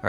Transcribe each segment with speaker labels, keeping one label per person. Speaker 1: All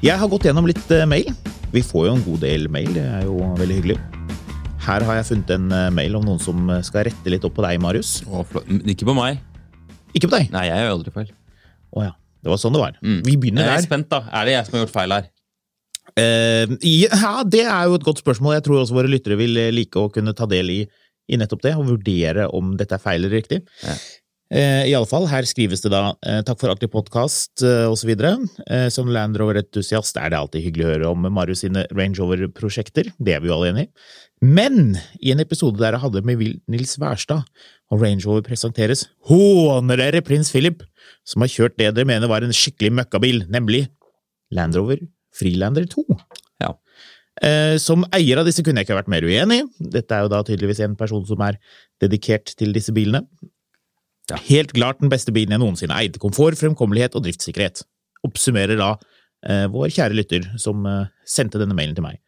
Speaker 2: Jeg har gått gjennom litt eh, mail. Vi får jo en god del mail, det er jo veldig hyggelig. Her har jeg funnet en eh, mail om noen som skal rette litt opp på deg, Marius.
Speaker 3: Å, flott. Men Ikke på meg.
Speaker 2: Ikke på deg!
Speaker 3: Nei, jeg gjør aldri feil.
Speaker 2: Å ja. Det var sånn det var.
Speaker 3: Mm.
Speaker 2: Vi begynner
Speaker 3: Jeg er
Speaker 2: der.
Speaker 3: spent, da. Er det jeg som har gjort feil her?
Speaker 2: Eh, ja, det er jo et godt spørsmål. Jeg tror også våre lyttere vil eh, like å kunne ta del i, i nettopp det, og vurdere om dette er feil eller riktig.
Speaker 3: Ja.
Speaker 2: Eh, i alle fall, her skrives det da eh, 'Takk for alltid podkast' osv. Eh, som Land Rover-entusiast er det alltid hyggelig å høre om Marius sine Range Rover-prosjekter. Det er vi jo alle enig i. Men i en episode der jeg hadde med Vil- Nils Wærstad, og Range Rover presenteres, håner dere prins Philip, som har kjørt det dere mener var en skikkelig møkkabil, nemlig Land Rover Freelander 2.
Speaker 3: Ja.
Speaker 2: Eh, Som eier av disse kunne jeg ikke vært mer uenig i. Dette er jo da tydeligvis en person som er dedikert til disse bilene.
Speaker 3: Ja.
Speaker 2: Helt klart den beste bilen jeg noensinne har eid. Komfort, fremkommelighet og driftssikkerhet. Oppsummerer da eh, vår kjære lytter som eh, sendte denne mailen til meg.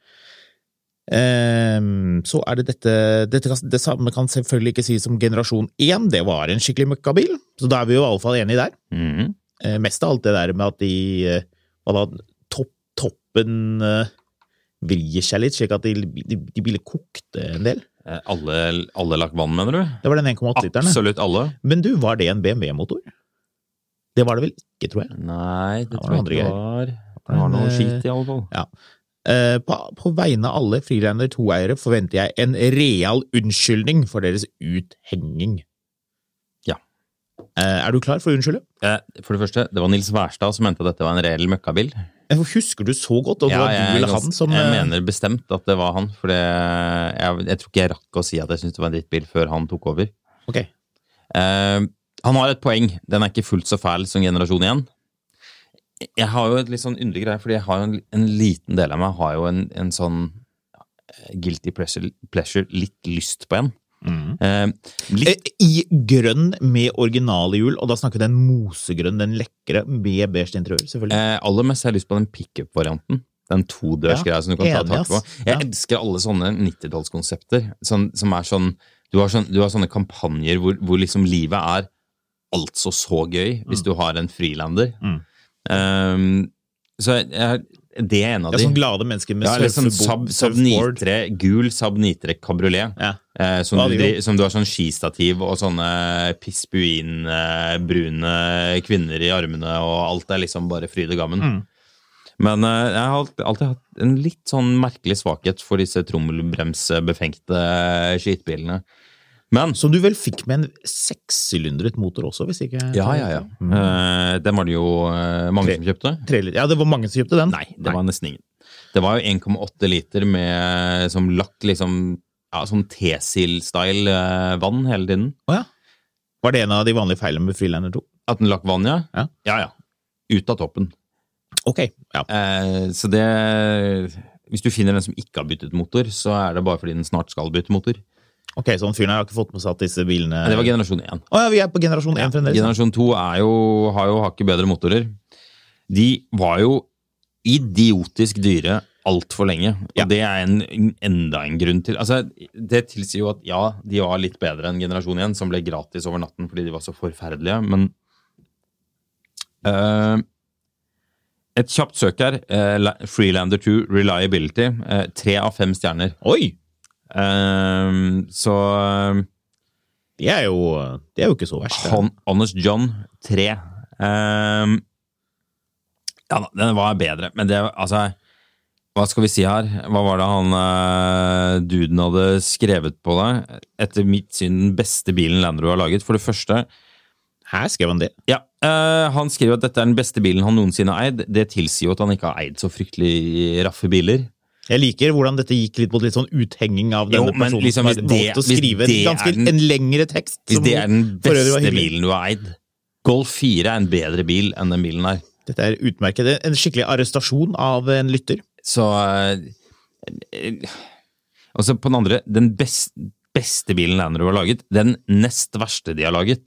Speaker 2: Ehm, så er det dette, dette kan, Det samme kan selvfølgelig ikke sies om generasjon 1. Det var en skikkelig møkkabil, så da er vi jo i alle fall enige der.
Speaker 3: Mhm.
Speaker 2: Eh, mest av alt det der med at de eh, hva da, topp, toppen eh, vrir seg litt, slik at de, de, de biler kokte en del.
Speaker 3: Eh, Alle, alle lakk vann, mener du?
Speaker 2: Det var den 1,8-literen.
Speaker 3: Absolutt alle?
Speaker 2: Men du, var det en BMW-motor? Det var det vel ikke, tror jeg.
Speaker 3: Nei, det
Speaker 2: var
Speaker 3: tror jeg
Speaker 2: andre
Speaker 3: ikke
Speaker 2: greier.
Speaker 3: var. Det
Speaker 2: var
Speaker 3: var
Speaker 2: en,
Speaker 3: noe
Speaker 2: eh,
Speaker 3: skit, i alle fall.
Speaker 2: Eh, På, på vegne av alle Freelander 2-eiere forventer jeg en real unnskyldning for deres uthenging.
Speaker 3: Ja.
Speaker 2: Eh, Er du klar for å unnskylde?
Speaker 3: Eh, For det første, det var Nils Wærstad som mente at dette var en reell møkkabil.
Speaker 2: Eh, Husker du så godt, og det
Speaker 3: Ja,
Speaker 2: var
Speaker 3: jeg er
Speaker 2: du eller
Speaker 3: gans-
Speaker 2: han som
Speaker 3: Jeg
Speaker 2: eh,
Speaker 3: mener bestemt at det var han, for det, jeg, jeg tror ikke jeg rakk å si at jeg syntes det var en drittbil før han tok over.
Speaker 2: Ok.
Speaker 3: Eh, han har et poeng. Den er ikke fullt så fæl som generasjon 1. Jeg har jo et litt sånn underlig greie, fordi jeg har jo en, en liten del av meg har jo en, en sånn eh, guilty pleasure, pleasure litt lyst på en.
Speaker 2: Mm.
Speaker 3: Eh, litt,
Speaker 2: Eh, I grønn med originale hjul, og da snakker vi den mosegrønn, den lekre, med beige interiør, selvfølgelig.
Speaker 3: eh, aller mest har jeg lyst på den pickup-varianten. Den todørsgreia som du kan ta
Speaker 2: enig,
Speaker 3: tak på.
Speaker 2: ass.
Speaker 3: Jeg
Speaker 2: Ja.
Speaker 3: elsker alle sånne 90-tallskonsepter sånn, som er sånn du har, sånn, du har sånne kampanjer hvor, hvor liksom livet er altså så gøy hvis du har en frilander.
Speaker 2: Mm.
Speaker 3: Um, så jeg, jeg, det er en av
Speaker 2: Ja,
Speaker 3: de.
Speaker 2: sånn glade mennesker med
Speaker 3: Ja, eller sånn
Speaker 2: surfebo-
Speaker 3: Saab, Saab
Speaker 2: surfboard.
Speaker 3: 93, gul Saab 93 kabriolet.
Speaker 2: Ja.
Speaker 3: Eh, som,
Speaker 2: Ja,
Speaker 3: du,
Speaker 2: det er jo-
Speaker 3: som du har sånn skistativ og sånne pispuin-brune kvinner i armene, og alt er liksom bare fryd og gammen.
Speaker 2: Mm.
Speaker 3: Men eh, jeg har alt- alltid hatt en litt sånn merkelig svakhet for disse trommelbremsebefengte skitbilene. Men
Speaker 2: Som du vel fikk med en sekssylindret motor også, hvis ikke
Speaker 3: Ja, ja, ja. Eh, den var det jo eh, mange
Speaker 2: Tre-
Speaker 3: som kjøpte.
Speaker 2: Tre liter. Ja, det var mange som kjøpte den.
Speaker 3: Nei, det var nesten ingen. Det var jo 1,8 liter med som lakk, liksom ja, sånn Tesil-style eh, vann hele tiden.
Speaker 2: Å ja. Var det en av de vanlige feilene med Freelander 2?
Speaker 3: At den lakk vann, ja?
Speaker 2: Ja.
Speaker 3: ja. ja. Ut av toppen.
Speaker 2: Ok, ja.
Speaker 3: Eh, så det Hvis du finner den som ikke har byttet motor, så er det bare fordi den snart skal bytte motor.
Speaker 2: Ok, så han fyren her har ikke fått med seg at disse bilene
Speaker 3: Nei, det var generasjon 1.
Speaker 2: Å ja, vi er på generasjon 1 fremdeles.
Speaker 3: Generasjon 2 er jo, har jo hakket bedre motorer. De var jo idiotisk dyre altfor lenge, og
Speaker 2: Ja.
Speaker 3: det er en, en- enda en grunn til altså, Det tilsier jo at ja, de var litt bedre enn generasjon 1, som ble gratis over natten fordi de var så forferdelige, men øh, eh, Et kjapt søk her. eh, La- Freelander 2 Reliability. eh, Tre av fem stjerner.
Speaker 2: Oi!
Speaker 3: Eh, så eh,
Speaker 2: Det er jo, det er jo ikke så verst. det.
Speaker 3: Hon, Honest John 3. Eh, ja da, den var bedre, men det Altså, hva skal vi si her? Hva var det han eh, duden hadde skrevet på deg? Etter mitt syn den beste bilen Landro har laget. For det første,
Speaker 2: Her skrev han det.
Speaker 3: Ja, eh, Han skriver at dette er den beste bilen han noensinne har eid. Det tilsier jo at han ikke har eid så fryktelig raffe biler.
Speaker 2: Jeg liker hvordan dette gikk litt mot litt sånn uthenging av denne
Speaker 3: Jo, men
Speaker 2: personen
Speaker 3: liksom
Speaker 2: som har
Speaker 3: hvis
Speaker 2: valgt
Speaker 3: det-
Speaker 2: å
Speaker 3: hvis
Speaker 2: skrive en
Speaker 3: det er
Speaker 2: ganske
Speaker 3: den-
Speaker 2: en lengre tekst.
Speaker 3: Hvis
Speaker 2: som
Speaker 3: det er den
Speaker 2: for øvrig var
Speaker 3: beste
Speaker 2: hyggelig.
Speaker 3: bilen du har eid. Golf 4 er en bedre bil enn den bilen her.
Speaker 2: Dette er utmerket. En skikkelig arrestasjon av en lytter.
Speaker 3: Så eh, Og så på den andre, den best, beste bilen Land Rover har laget, den nest verste de har laget.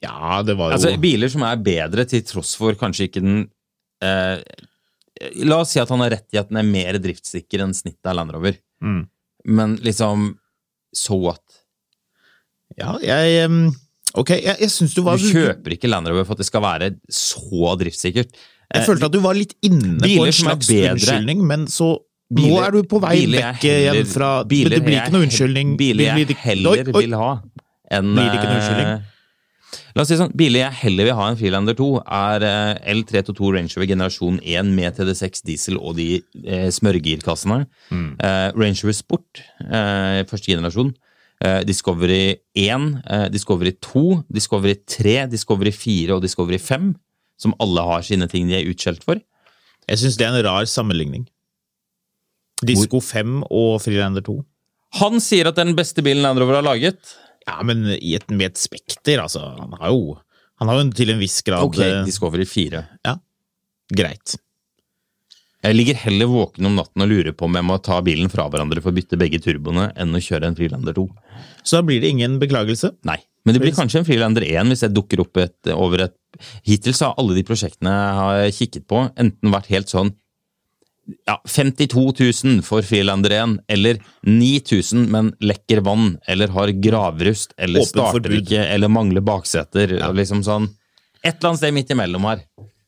Speaker 2: Ja, det var jo
Speaker 3: Altså biler som er bedre til tross for kanskje ikke den eh, La oss si at han har rett i at den er mer driftssikker enn snittet av Land Rover.
Speaker 2: Mm.
Speaker 3: Men liksom So what?
Speaker 2: Ja, jeg em, Ok, jeg, jeg syns du var
Speaker 3: Du kjøper ikke Land Rover for at det skal være så driftssikkert. Eh,
Speaker 2: Jeg følte at du var litt inne på
Speaker 3: biler
Speaker 2: en
Speaker 3: som er
Speaker 2: slags
Speaker 3: bedre-
Speaker 2: unnskyldning, men så Nå
Speaker 3: Biler-
Speaker 2: er du på vei
Speaker 3: biler jeg
Speaker 2: vekk eh, igjen
Speaker 3: heller-
Speaker 2: fra
Speaker 3: biler
Speaker 2: Det blir
Speaker 3: jeg
Speaker 2: ikke noe
Speaker 3: he-
Speaker 2: unnskyldning.
Speaker 3: Biler jeg
Speaker 2: Blir det-
Speaker 3: heller
Speaker 2: Oi, oi.
Speaker 3: vil ha enn
Speaker 2: Blir det ikke noe unnskyldning?
Speaker 3: eh, La oss si det sånn, Biler jeg heller vil ha enn Freelander 2, er eh, L322 Range Rover generasjon 1 med TD6 diesel og de eh, smørgirkassene.
Speaker 2: Mm.
Speaker 3: Eh, Range Rover Sport, eh, første generasjon. Eh, Discovery 1, eh, Discovery 2, Discovery 3, Discovery 4 og Discovery 5. Som alle har sine ting de er utskjelt for.
Speaker 2: Jeg syns det er en rar sammenligning. Disko 5 og Freelander 2.
Speaker 3: Han sier at det er den beste bilen Land Rover har laget.
Speaker 2: Ja, men i et, med et spekter, altså. Han har jo han har jo til en viss grad
Speaker 3: Ok,
Speaker 2: eh,
Speaker 3: Discovery 4.
Speaker 2: Greit.
Speaker 3: Jeg ligger heller våken om natten og lurer på om jeg må ta bilen fra hverandre for å bytte begge turboene enn å kjøre en Freelander 2.
Speaker 2: Så da blir det ingen beklagelse.
Speaker 3: Nei. Men det blir kanskje en Freelander 1 hvis jeg dukker opp et, over et Hittil så har alle de prosjektene jeg har kikket på, enten vært helt sånn ja, 52 000 for Freelander 1, eller 9000, men lekker vann, eller har gravrust, eller
Speaker 2: Åpent
Speaker 3: starter
Speaker 2: forbud.
Speaker 3: ikke, eller mangler bakseter. og Liksom sånn. Et eller annet sted midt imellom her.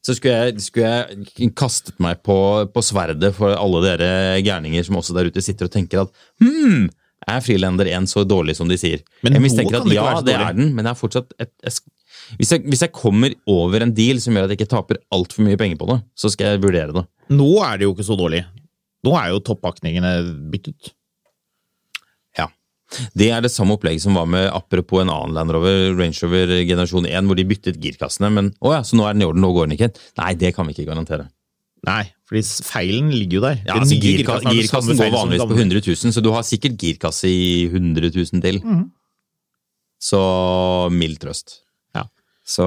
Speaker 3: Så skulle jeg, skulle jeg kastet meg på, på sverdet for alle dere gærninger som også der ute sitter og tenker at hmm, er Freelander 1 så dårlig som de sier?
Speaker 2: Men
Speaker 3: jeg
Speaker 2: nå
Speaker 3: mistenker
Speaker 2: kan
Speaker 3: at
Speaker 2: det ikke
Speaker 3: ja,
Speaker 2: være så
Speaker 3: det
Speaker 2: dårlig.
Speaker 3: er den, men jeg er fortsatt et, jeg, sk- hvis, jeg, hvis jeg kommer over en deal som gjør at jeg ikke taper altfor mye penger på det, så skal jeg vurdere det.
Speaker 2: Nå er det jo ikke så dårlig. Nå er jo toppakningene byttet.
Speaker 3: Ja. Det er det samme opplegget som var med apropos en annen Land Rover, Range Rover generasjon 1, hvor de byttet girkassene. Men å ja, så nå er den i orden, nå går den ikke. Nei, det kan vi ikke garantere.
Speaker 2: Nei, fordi s- feilen ligger jo der.
Speaker 3: Ja,
Speaker 2: Den
Speaker 3: altså,
Speaker 2: nye
Speaker 3: girka,
Speaker 2: har den samme
Speaker 3: girkassen går
Speaker 2: feilen som
Speaker 3: vanligvis
Speaker 2: den
Speaker 3: på
Speaker 2: gamle.
Speaker 3: 100 000, så du har sikkert girkasse i 100 000 til.
Speaker 2: Mhm.
Speaker 3: Så mild trøst.
Speaker 2: Ja.
Speaker 3: Så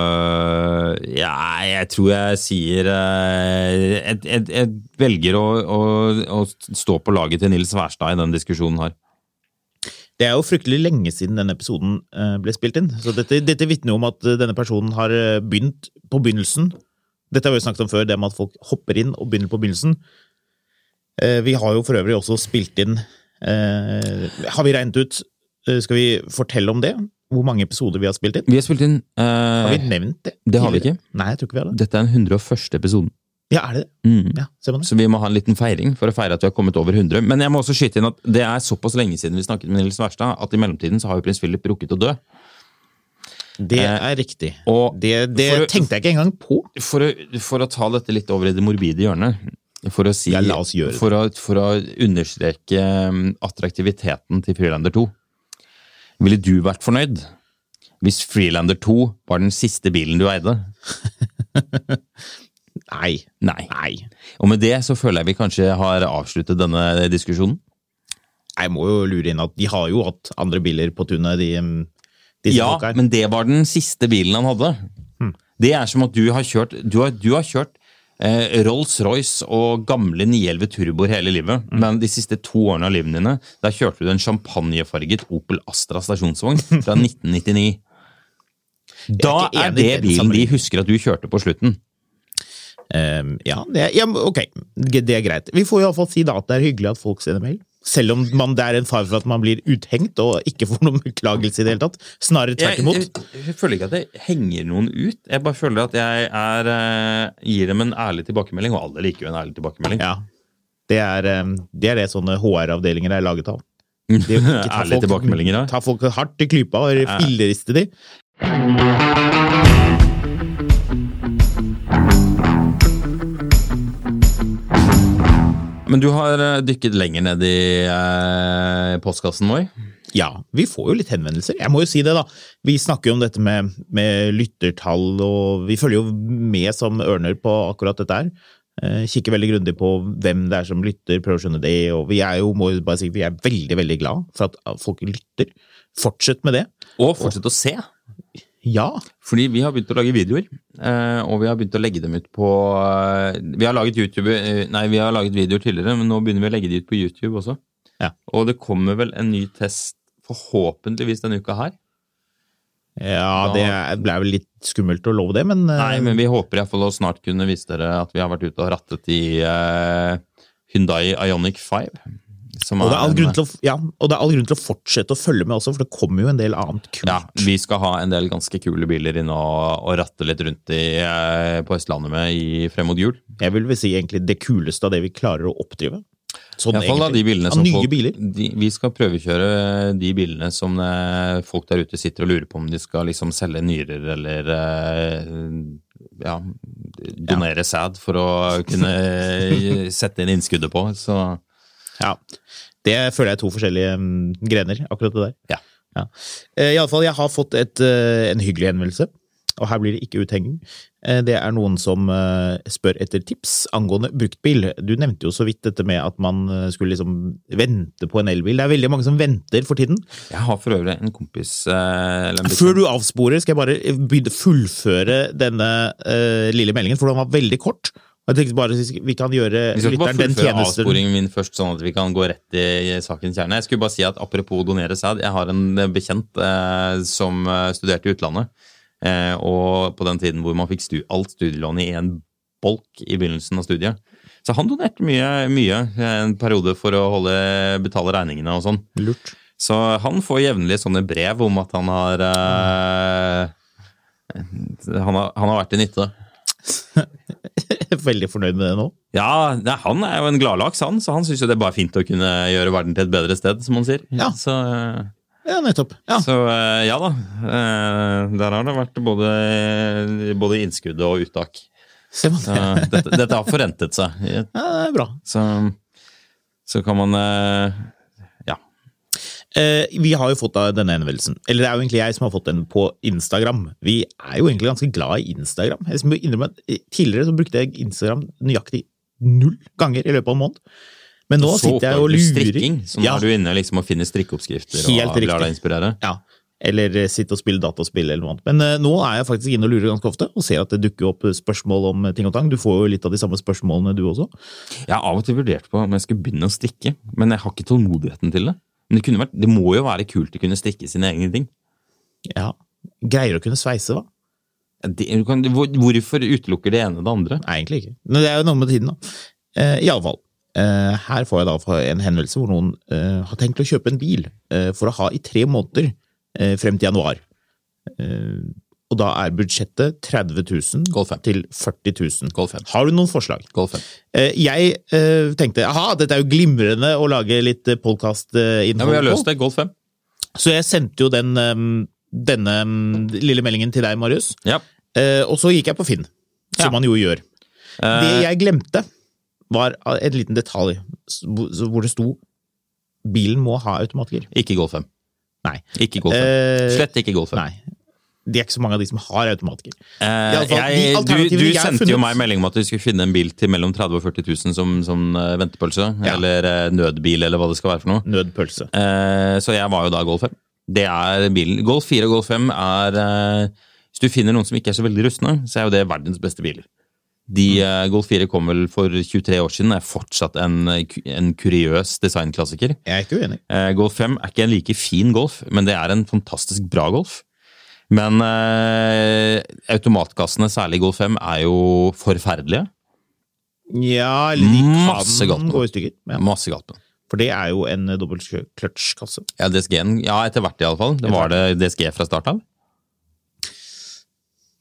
Speaker 3: øh, ja, jeg tror jeg sier eh, Jeg, jeg, jeg velger å, å, å stå på laget til Nils Wærstad i den diskusjonen her.
Speaker 2: Det er jo fryktelig lenge siden denne episoden eh, ble spilt inn. Så dette, dette vitner jo om at eh, denne personen har eh, begynt på begynnelsen. Dette har vi jo snakket om før, det med at folk hopper inn og begynner på begynnelsen. Eh, vi har jo for øvrig også spilt inn eh, Har vi regnet ut eh, Skal vi fortelle om det? Hvor mange episoder vi har spilt inn?
Speaker 3: Vi har spilt inn eh,
Speaker 2: Har vi nevnt det?
Speaker 3: det har vi
Speaker 2: tidligere?
Speaker 3: ikke.
Speaker 2: Nei, jeg tror ikke vi har det.
Speaker 3: Dette er den 101. episoden.
Speaker 2: Ja, er det det?
Speaker 3: Mm.
Speaker 2: Ja, ser man det?
Speaker 3: Så vi må ha en liten feiring for å feire at vi har kommet over 100. Men jeg må også skyte inn at det er såpass lenge siden vi snakket med Nils Wærstad, at i mellomtiden så har jo prins Philip rukket å dø.
Speaker 2: Det er riktig.
Speaker 3: Eh, og
Speaker 2: det det
Speaker 3: for å-
Speaker 2: tenkte jeg ikke engang på.
Speaker 3: For å, for å ta dette litt over i det morbide hjørnet for å, si,
Speaker 2: Ja, la oss gjøre det.
Speaker 3: for å, for å understreke um, attraktiviteten til Freelander 2. Ville du vært fornøyd hvis Freelander 2 var den siste bilen du eide?
Speaker 2: Nei.
Speaker 3: Nei.
Speaker 2: Nei.
Speaker 3: Og med det så føler jeg vi kanskje har avsluttet denne diskusjonen.
Speaker 2: Jeg må jo lure inn at de har jo hatt andre biler på tunet, de, mm, disse
Speaker 3: Ja,
Speaker 2: folka her. Hmm.
Speaker 3: men det var den siste bilen han hadde. Det er som at du har kjørt, du har, du har kjørt eh, Rolls-Royce og gamle 911 Turboer hele livet.
Speaker 2: Hmm.
Speaker 3: Men de siste to årene av livet dine, der kjørte du en champagnefarget Opel Astra stasjonsvogn fra 1999. Da
Speaker 2: ikke enig
Speaker 3: er
Speaker 2: i den
Speaker 3: det bilen de
Speaker 2: sammenligningen.
Speaker 3: husker at du kjørte på slutten.
Speaker 2: Ehm, ja, det er, ja, men ok, G- det er greit. Vi får iallfall si da at det er hyggelig at folk sender mail. Selv om man, det er en fare for at man blir uthengt og ikke får noen beklagelse i det hele tatt. Snarere tvert imot.
Speaker 3: Jeg, jeg, jeg føler ikke at jeg henger noen ut. Jeg bare føler at jeg er, eh, gir dem en ærlig tilbakemelding, og alle liker jo en ærlig tilbakemelding.
Speaker 2: Ja. Det er, eh, det er det sånne HR-avdelinger er laget av. Det å ikke ta
Speaker 3: Ærlige tilbakemeldinger, ja.
Speaker 2: folk, ta folk hardt i klypa og filleriste de.
Speaker 3: Men du har eh, dykket lenger ned i eh, postkassen vår.
Speaker 2: Ja, vi får jo litt henvendelser. Jeg må jo si det, da. Vi snakker jo om dette med, med lyttertall, og vi følger jo med som ørner på akkurat dette her. Eh, Kikker veldig grundig på hvem det er som lytter, prøver å skjønne det. Og vi er jo må jo bare si, vi er veldig veldig glad for at folk lytter. Fortsett med det.
Speaker 3: Og fortsett å se.
Speaker 2: Ja,
Speaker 3: Fordi vi har begynt å lage videoer, eh, og vi har begynt å legge dem ut på eh, Vi har laget YouTube, eh, nei, vi har laget videoer tidligere, men nå begynner vi å legge de ut på YouTube også.
Speaker 2: Ja.
Speaker 3: Og det kommer vel en ny test forhåpentligvis denne uka her.
Speaker 2: ja det ble vel litt skummelt å love det, men eh,
Speaker 3: Nei, men vi håper iallfall å snart kunne vise dere at vi har vært ute og rattet i eh, Hyundai Ioniq 5. Som
Speaker 2: og det, er all
Speaker 3: en-
Speaker 2: grunn til å, ja, og det er all grunn til å fortsette å følge med også, for det kommer jo en del annet kult.
Speaker 3: ja, Vi skal ha en del ganske kule biler inne og, og ratte litt rundt i, eh, på Østlandet med i, frem mot jul.
Speaker 2: Jeg vil vel si egentlig det kuleste av det vi klarer å oppdrive. Sånn
Speaker 3: Iallfall av de bilene
Speaker 2: Av
Speaker 3: som
Speaker 2: nye
Speaker 3: folk,
Speaker 2: biler.
Speaker 3: De, vi skal prøvekjøre de bilene som eh, folk der ute sitter og lurer på om de skal liksom selge nyrer eller eh, ja, donere sæd for å kunne eh, sette inn innskuddet på. Så
Speaker 2: Ja. Det føler jeg er to forskjellige mm, grener, akkurat det der.
Speaker 3: Ja.
Speaker 2: Ja. Eh, i alle fall, jeg har fått et, eh, en hyggelig henvendelse, og her blir det ikke uthenging. Eh, Det er noen som eh, spør etter tips angående bruktbil. Du nevnte jo så vidt dette med at man eh, skulle liksom vente på en elbil. Det er veldig mange som venter for tiden.
Speaker 3: jeg har for øvrig en kompis eh, eller en
Speaker 2: Før du avsporer, skal jeg bare eh, begynne- fullføre denne eh, lille meldingen, for den var veldig kort. Og Jeg tenkte bare Vi kan gjøre
Speaker 3: Vi skal ikke bare
Speaker 2: lytteren den
Speaker 3: fullføre
Speaker 2: tjenesten.
Speaker 3: avsporingen min først, sånn at vi kan gå rett i sakens kjerne. Jeg skulle bare si at Apropos donere sæd, jeg har en bekjent eh, som eh, studerte i utlandet. Eh, og på den tiden hvor man fikk stu alt studielånet i en bolk i begynnelsen av studiet. Så han donerte mye, mye eh, en periode for å holde, betale regningene og sånn.
Speaker 2: Lurt.
Speaker 3: Så han får jevnlig sånne brev om at han har eh, han har, han har vært til nytte.
Speaker 2: Veldig fornøyd med det nå.
Speaker 3: Ja, nei, han er jo en gladlaks, han, så han syns jo det er bare fint å kunne gjøre verden til et bedre sted, som han sier.
Speaker 2: Ja.
Speaker 3: Så, eh,
Speaker 2: Ja, nettopp. Ja.
Speaker 3: så eh, ja da. Eh, Der har det vært både, både innskudd og uttak.
Speaker 2: Ser man
Speaker 3: Så
Speaker 2: det?
Speaker 3: dette, dette har forrentet seg.
Speaker 2: Ja, det er bra.
Speaker 3: Så, så kan man eh, Ja.
Speaker 2: Eh, vi har jo fått da denne henvendelsen. Eller det er jo egentlig jeg som har fått den på Instagram. Vi er jo egentlig ganske glad i Instagram. Jeg må innrømme at eh, Tidligere så brukte jeg Instagram nøyaktig null ganger i løpet av en måned. Men nå
Speaker 3: så
Speaker 2: sitter jeg
Speaker 3: oppdager
Speaker 2: og
Speaker 3: du
Speaker 2: lurer.
Speaker 3: Strikking, så nå
Speaker 2: Ja.
Speaker 3: er du inne liksom og finner strikkeoppskrifter
Speaker 2: Helt
Speaker 3: og lar
Speaker 2: riktig.
Speaker 3: deg inspirere.
Speaker 2: Ja. Eller eh, sitte og spille dataspill eller noe annet. Men eh, nå er jeg faktisk inne og lurer ganske ofte, og ser at det dukker opp eh, spørsmål om eh, ting og tang. Du får jo litt av de samme spørsmålene du også.
Speaker 3: Jeg har av og til vurdert på om jeg skulle begynne å strikke, men jeg har ikke tålmodigheten til det. Men det, kunne vært, det må jo være kult å kunne strikke sine egne ting.
Speaker 2: Ja. Greier å kunne sveise, hva?
Speaker 3: Det, du kan, hvor, hvorfor utelukker det ene det andre?
Speaker 2: Nei, egentlig ikke. Men det er jo noe med tiden, da. Eh, I alle fall. Eh, her får jeg da fra en henvendelse hvor noen eh, har tenkt å kjøpe en bil eh, for å ha i tre måneder eh, frem til januar. Eh, og da er budsjettet 30 000
Speaker 3: Golf 5.
Speaker 2: til 40 000.
Speaker 3: Golf 5.
Speaker 2: Har du noen forslag?
Speaker 3: Golf 5.
Speaker 2: Eh, jeg eh, tenkte aha, dette er jo glimrende å lage litt
Speaker 3: Ja, men vi har
Speaker 2: podkast-innhold
Speaker 3: løst det. Golf 5.
Speaker 2: Så jeg sendte jo den, eh, denne eh, lille meldingen til deg, Marius.
Speaker 3: Ja.
Speaker 2: Eh, og så gikk jeg på Finn, som
Speaker 3: Ja. Eh.
Speaker 2: man jo gjør. Det jeg glemte, var en liten detalj s- hvor hvor det sto bilen må ha automatgir.
Speaker 3: Ikke Golf 5.
Speaker 2: Nei.
Speaker 3: Ikke Golf 5.
Speaker 2: Eh,
Speaker 3: Slett ikke Golf 5.
Speaker 2: Nei. Det er ikke så mange av de som har automatgir.
Speaker 3: Eh,
Speaker 2: I alle fall, altså, de
Speaker 3: jeg, du
Speaker 2: alternativene
Speaker 3: du
Speaker 2: jeg har
Speaker 3: sendte jo
Speaker 2: funnet-
Speaker 3: meg melding om at du skulle finne en bil til mellom 30 000 og 40 000 som, som eh, ventepølse,
Speaker 2: Ja.
Speaker 3: eller eh, nødbil, eller hva det skal være for noe.
Speaker 2: Nødpølse.
Speaker 3: Eh, så jeg var jo da Golf 5. Det er bilen. Golf 4 og Golf 5 er eh, Hvis du finner noen som ikke er så veldig rustne, så er jo det verdens beste biler. De eh, Golf 4 kom vel for 23 år siden, er fortsatt en, eh, ku- en kuriøs designklassiker.
Speaker 2: Jeg er ikke uenig.
Speaker 3: Eh, Golf 5 er ikke en like fin golf, men det er en fantastisk bra golf. Men eh, automatkassene, særlig i Golf 5, er jo forferdelige.
Speaker 2: Ja, eller de
Speaker 3: Masse
Speaker 2: kan
Speaker 3: godt nå.
Speaker 2: gå i stykker. Ja.
Speaker 3: Masse galt med den.
Speaker 2: For det er jo en eh, dobbeltkløtsjkasse.
Speaker 3: Ja, DSG-en. Ja, etter hvert iallfall. Det var det DSG fra start av.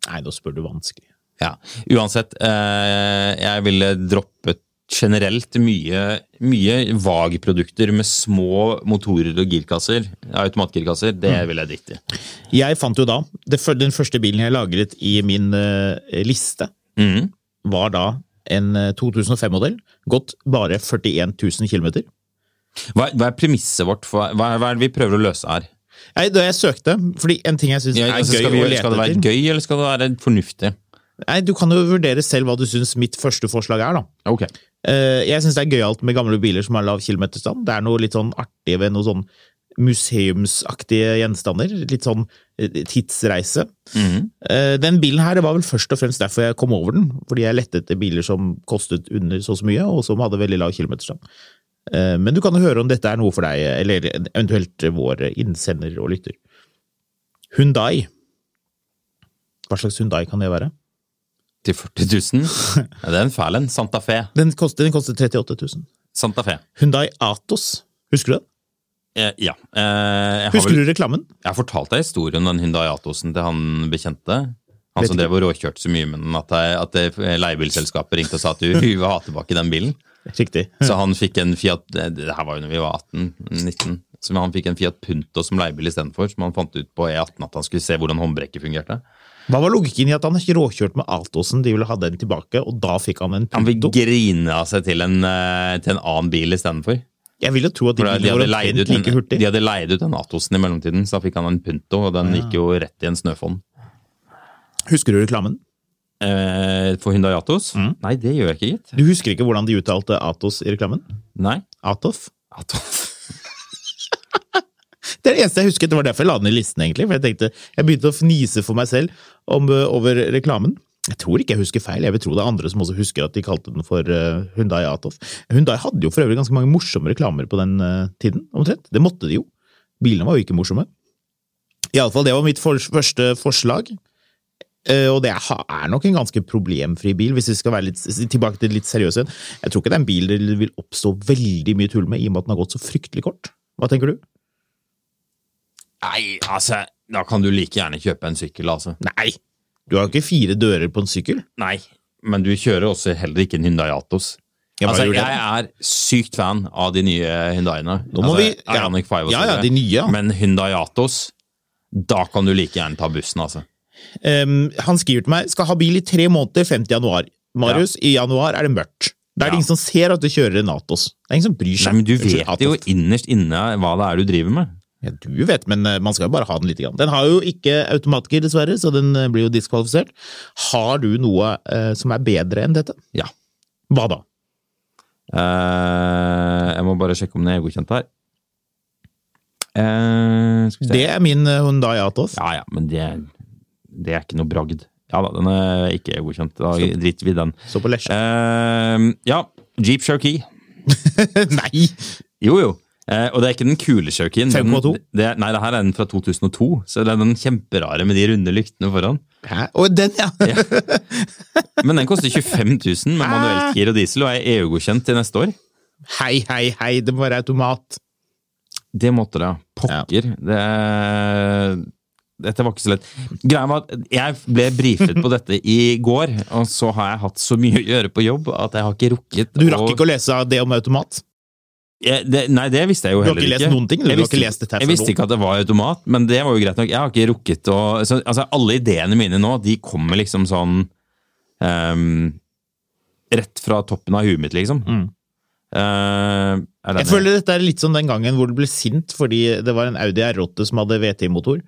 Speaker 2: Nei, nå spør du vanskelig.
Speaker 3: Ja. Uansett, eh, jeg ville droppet generelt mye, mye VAG-produkter med små motorer og girkasser. Automatgirkasser. Det
Speaker 2: Mm.
Speaker 3: ville jeg drite i.
Speaker 2: Jeg fant jo da det, fø- Den første bilen jeg lagret i min eh, liste,
Speaker 3: Mhm.
Speaker 2: var da en eh, 2005-modell. Gått bare 41 000 km.
Speaker 3: Hva, hva er premisset vårt? For, hva, hva er det vi prøver å løse her?
Speaker 2: Nei, da jeg søkte, fordi en ting jeg syns
Speaker 3: Ja,
Speaker 2: er
Speaker 3: altså,
Speaker 2: gøy
Speaker 3: skal, vi,
Speaker 2: å lete
Speaker 3: skal det være
Speaker 2: etter
Speaker 3: gøy, eller skal det være fornuftig?
Speaker 2: Nei, Du kan jo vurdere selv hva du syns mitt første forslag er, da.
Speaker 3: Ok.
Speaker 2: Eh, Jeg syns det er gøyalt med gamle biler som har lav kilometerstand. Det er noe litt sånn artig ved noe sånn museumsaktige gjenstander. Litt sånn eh, tidsreise. Eh, Den bilen her, det var vel først og fremst derfor jeg kom over den. Fordi jeg lette etter biler som kostet under så og så mye, og som hadde veldig lav kilometerstand. Eh, Men du kan jo høre om dette er noe for deg, eller eventuelt vår innsender og lytter. Hundai. Hva slags Hundai kan det være?
Speaker 3: Til 40 000? Ja, det er en fæl en. Santa Fe.
Speaker 2: Den kostet, den kostet 38 000.
Speaker 3: Santa Fe.
Speaker 2: Hundai Atos. Husker du den?
Speaker 3: Eh, ja. Eh, jeg, har
Speaker 2: Husker
Speaker 3: vel,
Speaker 2: du reklamen?
Speaker 3: jeg har fortalt deg historien om den Hyundai Atosen til han bekjente. Han
Speaker 2: Vet
Speaker 3: som
Speaker 2: ikke.
Speaker 3: drev og råkjørte så mye med den at, jeg, at det- leiebilselskapet ringte og sa at du hun vil ha tilbake den bilen.
Speaker 2: Riktig.
Speaker 3: Så han fikk en Fiat Det det her var jo når vi var 18-19. Så han fikk en Fiat Punto som leiebil istedenfor, som han fant ut på E18 at han skulle se hvordan håndbrekket fungerte.
Speaker 2: Hva var logikken i at han ikke råkjørte med Atosen? De ville ha den tilbake, og da fikk han en
Speaker 3: Han fikk
Speaker 2: punto.
Speaker 3: grina seg til en, eh, til en annen bil istedenfor.
Speaker 2: Jeg vil jo tro at de
Speaker 3: For de,
Speaker 2: bilene
Speaker 3: hadde
Speaker 2: var
Speaker 3: leid ut
Speaker 2: omtrent
Speaker 3: en,
Speaker 2: like hurtig.
Speaker 3: de hadde leid ut en Atosen i mellomtiden, så da fikk han en Punto, og den gikk jo rett i en snøfonn.
Speaker 2: Husker du reklamen?
Speaker 3: Eh, for Hyundai Atos?
Speaker 2: Mm.
Speaker 3: Nei, det gjør jeg ikke, gitt.
Speaker 2: Du husker ikke hvordan de uttalte Atos i reklamen?
Speaker 3: Nei.
Speaker 2: Atof?
Speaker 3: Atos.
Speaker 2: Det er det eneste jeg husket. Det var derfor jeg la den i listen, egentlig. For jeg tenkte, jeg begynte å fnise for meg selv om, eh, over reklamen. Jeg tror ikke jeg husker feil. Jeg vil tro det er andre som også husker at de kalte den for eh, Hyundai Atof. Hyundai hadde jo for øvrig ganske mange morsomme reklamer på den eh, tiden, omtrent. Det måtte de jo. Bilene var jo ikke morsomme. Iallfall, det var mitt for første forslag. Eh, Og det er ha- er nok en ganske problemfri bil, hvis vi skal være litt, tilbake til det litt seriøse igjen. Jeg tror ikke det er en bil det vil oppstå veldig mye tull med, i og med at den har gått så fryktelig kort. Hva tenker du?
Speaker 3: Nei, altså, da kan du like gjerne kjøpe en sykkel, altså.
Speaker 2: Nei! Du har jo ikke fire dører på en sykkel.
Speaker 3: Nei. Men du kjører også heller ikke en Hyundai Atos.
Speaker 2: Jeg bare
Speaker 3: altså,
Speaker 2: gjorde det.
Speaker 3: jeg er sykt fan av de nye Hyundaiene.
Speaker 2: Nå må
Speaker 3: altså,
Speaker 2: vi- ja.
Speaker 3: Ioniq 5 og så
Speaker 2: Ja, ja,
Speaker 3: videre.
Speaker 2: de nye, ja.
Speaker 3: Men Hyundai Atos, da kan du like gjerne ta bussen, altså.
Speaker 2: Ehm, han skriver til meg skal ha bil i tre måneder frem til januar. Marius, i januar er det mørkt. Da er det
Speaker 3: Ja.
Speaker 2: ingen som ser at du kjører en Atos. Det er ingen som bryr seg.
Speaker 3: Nei, men du
Speaker 2: Unnskyld,
Speaker 3: vet jo
Speaker 2: Atos.
Speaker 3: innerst inne hva det er du driver med.
Speaker 2: ja, Du vet, men eh, man skal jo bare ha den lite grann. Den har jo ikke automatgir, dessverre, så den eh, blir jo diskvalifisert. Har du noe eh, som er bedre enn dette?
Speaker 3: Ja.
Speaker 2: Hva da?
Speaker 3: Eh, jeg må bare sjekke om den er godkjent her. Eh, skal vi se.
Speaker 2: Det er min eh, Hyundai Atos.
Speaker 3: Ja, ja, men det, det er ikke noe bragd. Ja da, den er ikke godkjent. Da driter vi i den.
Speaker 2: Så på lesje.
Speaker 3: Eh, ja, Jeep Cherokee.
Speaker 2: Nei!
Speaker 3: Jo, jo. Eh, og det er ikke den kule Cherokeeen. men
Speaker 2: 5,2?
Speaker 3: det er- Nei, det her er den fra 2002. Så det er den kjemperare med de runde lyktene foran.
Speaker 2: Hæ? Å, den, ja!
Speaker 3: Men den koster 25 000 med manuelt gir og diesel, og er EU-godkjent til neste år.
Speaker 2: Hei, hei, hei, det må være automat.
Speaker 3: Det måtte det, ja. Pokker. Det, dette var ikke så lett. Greia var at jeg ble brifet på dette i går, og så har jeg hatt så mye å gjøre på jobb at jeg har ikke rukket
Speaker 2: Du rakk ikke å lese det om automat?
Speaker 3: Jeg- det, Nei, det visste jeg jo
Speaker 2: Du har
Speaker 3: heller
Speaker 2: ikke lest noen ting, eller? Du
Speaker 3: Jeg
Speaker 2: har ikke
Speaker 3: visste-
Speaker 2: lest dette her
Speaker 3: Jeg
Speaker 2: før
Speaker 3: visste
Speaker 2: nå.
Speaker 3: ikke at det var automat, men det var jo greit nok. Jeg har ikke rukket å så, Altså, alle ideene mine nå, de kommer liksom sånn ehm, Rett fra toppen av huet mitt, liksom.
Speaker 2: Mm.
Speaker 3: Eh, er
Speaker 2: Jeg
Speaker 3: denne-
Speaker 2: føler dette er litt som den gangen hvor du ble sint fordi det var en Audi R8 som hadde VT-motor.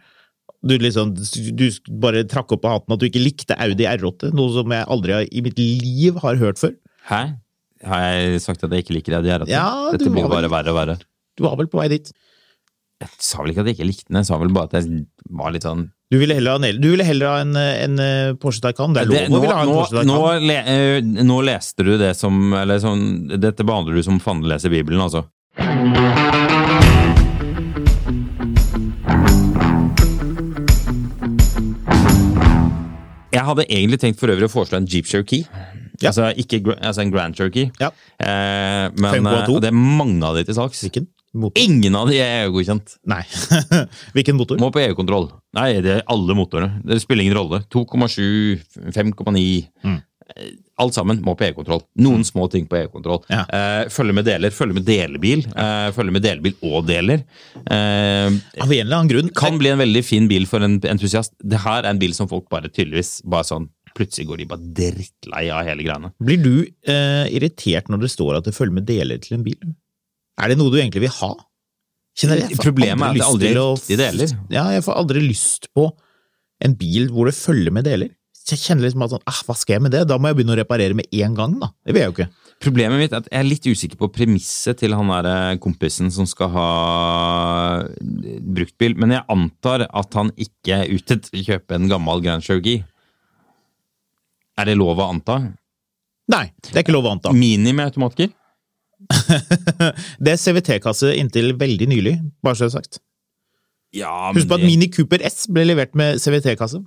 Speaker 2: Du liksom, du bare trakk opp på hatten at du ikke likte Audi R8, noe som jeg aldri har- i mitt liv har hørt før.
Speaker 3: Hæ? Har jeg sagt at jeg ikke liker det? De er at
Speaker 2: Ja,
Speaker 3: Dette
Speaker 2: du
Speaker 3: blir jo
Speaker 2: var
Speaker 3: bare
Speaker 2: vel-
Speaker 3: verre og verre.
Speaker 2: Du var vel på vei dit.
Speaker 3: Jeg sa vel ikke at jeg ikke likte den, jeg sa vel bare at jeg var litt sånn
Speaker 2: Du ville heller ha en, el- du ville heller ha en, eh, en eh, Porsche Taycan. Det er
Speaker 3: Det-
Speaker 2: lov å ville ha en Porsche
Speaker 3: nå,
Speaker 2: Taycan.
Speaker 3: nå, le, eh, nå leste du det som Eller sånn Dette behandler du som fanden leser Bibelen, altså. Jeg hadde egentlig tenkt for øvrig å foreslå en Jeep Cherokee.
Speaker 2: Ja.
Speaker 3: Altså, ikke, gra- altså en Grand Turkey.
Speaker 2: Ja.
Speaker 3: Eh, men
Speaker 2: Fem på
Speaker 3: eh,
Speaker 2: to.
Speaker 3: og det er mange av de til salgs.
Speaker 2: Hvilken motor?
Speaker 3: Ingen av de er EU-godkjent.
Speaker 2: Nei. Hvilken motor?
Speaker 3: Må på EU-kontroll. Nei, det er alle motorene. Det spiller ingen rolle. 2,7, 5,9
Speaker 2: Mm.
Speaker 3: Eh, Alt sammen må på EU-kontroll. Noen små ting på EU-kontroll.
Speaker 2: Ja.
Speaker 3: Eh, følge med deler, følge med delebil. Eh, følge med delebil og deler. Eh,
Speaker 2: Av en eller annen grunn.
Speaker 3: kan bli en veldig fin bil for en entusiast. Det her er en bil som folk bare tydeligvis bare sånn Plutselig går de bare drittlei av hele greiene.
Speaker 2: Blir du eh, irritert når det står at det følger med deler til en bil? Er det noe du egentlig vil ha? Kjenner jeg får
Speaker 3: Problemet er at det
Speaker 2: lyst
Speaker 3: aldri er
Speaker 2: til å-
Speaker 3: riktige deler.
Speaker 2: Ja, jeg får aldri lyst på en bil hvor det følger med deler. Så Jeg kjenner liksom at sånn, ah, hva skal jeg med det? Da må jeg begynne å reparere med en gang, da. Det vil jeg jo ikke.
Speaker 3: Problemet mitt er at jeg er litt usikker på premisset til han der eh, kompisen som skal ha bruktbil, men jeg antar at han ikke er ute til å kjøpe en gammel Grand Cherokee. Er det lov å anta?
Speaker 2: Nei, det er ikke lov å anta.
Speaker 3: Mini med automatgir?
Speaker 2: Det er CVT-kasse inntil veldig nylig, bare så det er sagt.
Speaker 3: Ja,
Speaker 2: Husk på at Mini Cooper S ble levert med CVT-kasse.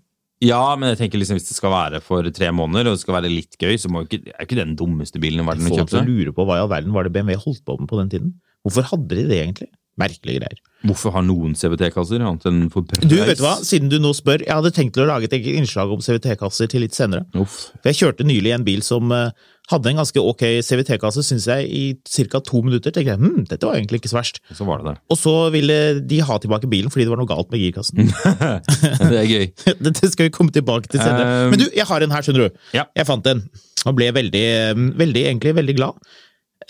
Speaker 3: ja, men jeg tenker liksom hvis det skal være for tre måneder, og det skal være litt gøy, så må jo ikke, er ikke det den dummeste bilen i verden å
Speaker 2: Folk
Speaker 3: kjøpe
Speaker 2: som
Speaker 3: seg.
Speaker 2: lurer på hva i all verden var det BMW holdt på med på den tiden? Hvorfor hadde de det egentlig? Merkelige greier.
Speaker 3: Hvorfor har noen CVT-kasser annet enn for prøys?
Speaker 2: Du, vet du hva? Siden du nå spør, jeg hadde tenkt til å lage et eget innslag om CVT-kasser til litt senere.
Speaker 3: Uff.
Speaker 2: For jeg kjørte nylig en bil som eh, hadde en ganske ok CVT-kasse, syns jeg, i ca. to minutter. Tenkte jeg hm, dette var egentlig ikke så verst.
Speaker 3: Så var det det.
Speaker 2: Og så ville de ha tilbake bilen fordi det var noe galt med girkassen.
Speaker 3: Det er gøy.
Speaker 2: dette skal vi komme tilbake til senere.
Speaker 3: Um,
Speaker 2: Men du, jeg har en her, skjønner du.
Speaker 3: Ja.
Speaker 2: Jeg fant en, og ble veldig, eh, veldig, egentlig veldig glad.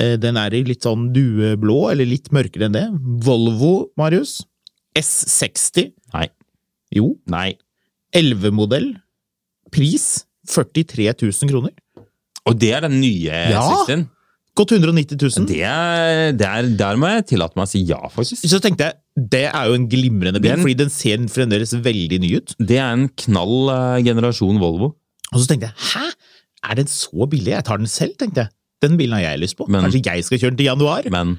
Speaker 2: Eh, Den er i litt sånn dueblå, eller litt mørkere enn det. Volvo, Marius. S60.
Speaker 3: Nei.
Speaker 2: Jo.
Speaker 3: Nei.
Speaker 2: 11-modell. Pris 43 000 kroner.
Speaker 3: Og det er den nye
Speaker 2: Ja.
Speaker 3: 60-en?
Speaker 2: Gått 190 000.
Speaker 3: Det er, der, der må jeg tillate meg å si ja, faktisk.
Speaker 2: Så tenkte jeg, det er jo en glimrende bil,
Speaker 3: Den-
Speaker 2: fordi den ser fremdeles veldig ny ut.
Speaker 3: Det er en knall eh, generasjon Volvo.
Speaker 2: Og så tenkte jeg, hæ? Er den så billig? Jeg tar den selv, tenkte jeg. Den bilen har jeg lyst på.
Speaker 3: Men-
Speaker 2: Kanskje jeg skal kjøre den til januar?
Speaker 3: Men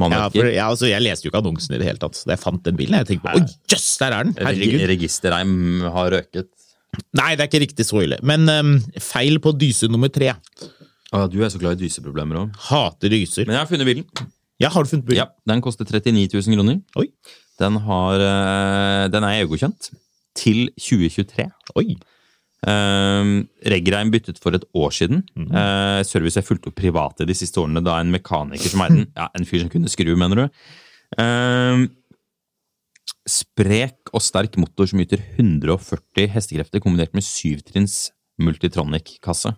Speaker 3: man
Speaker 2: Ja,
Speaker 3: vet
Speaker 2: for,
Speaker 3: ikke.
Speaker 2: ja, altså, jeg leste jo ikke annonsen i det hele tatt. Da jeg fant den bilen, jeg tenkte på, oi, jøss, der er den!
Speaker 3: Reg
Speaker 2: Herregud.
Speaker 3: Registerreim har røket.
Speaker 2: Nei, det er ikke riktig så ille. Men ehm, feil på dyse nummer tre.
Speaker 3: Å, du er så glad i dyseproblemer òg.
Speaker 2: Hater dyser.
Speaker 3: Men jeg har funnet bilen.
Speaker 2: Ja, har du funnet bilen?
Speaker 3: Ja, den koster 39 000 kroner.
Speaker 2: Oi.
Speaker 3: Den, har, eh, den er EU-godkjent til 2023.
Speaker 2: Oi.
Speaker 3: Uh, Regreim byttet for et år siden. Eh, service er fulgt opp private de siste årene, da en mekaniker som er den ja, En fyr som kunne skru, mener du. Eh, sprek og sterk motor som yter 140 hestekrefter, kombinert med syvtrinns multitronic-kasse.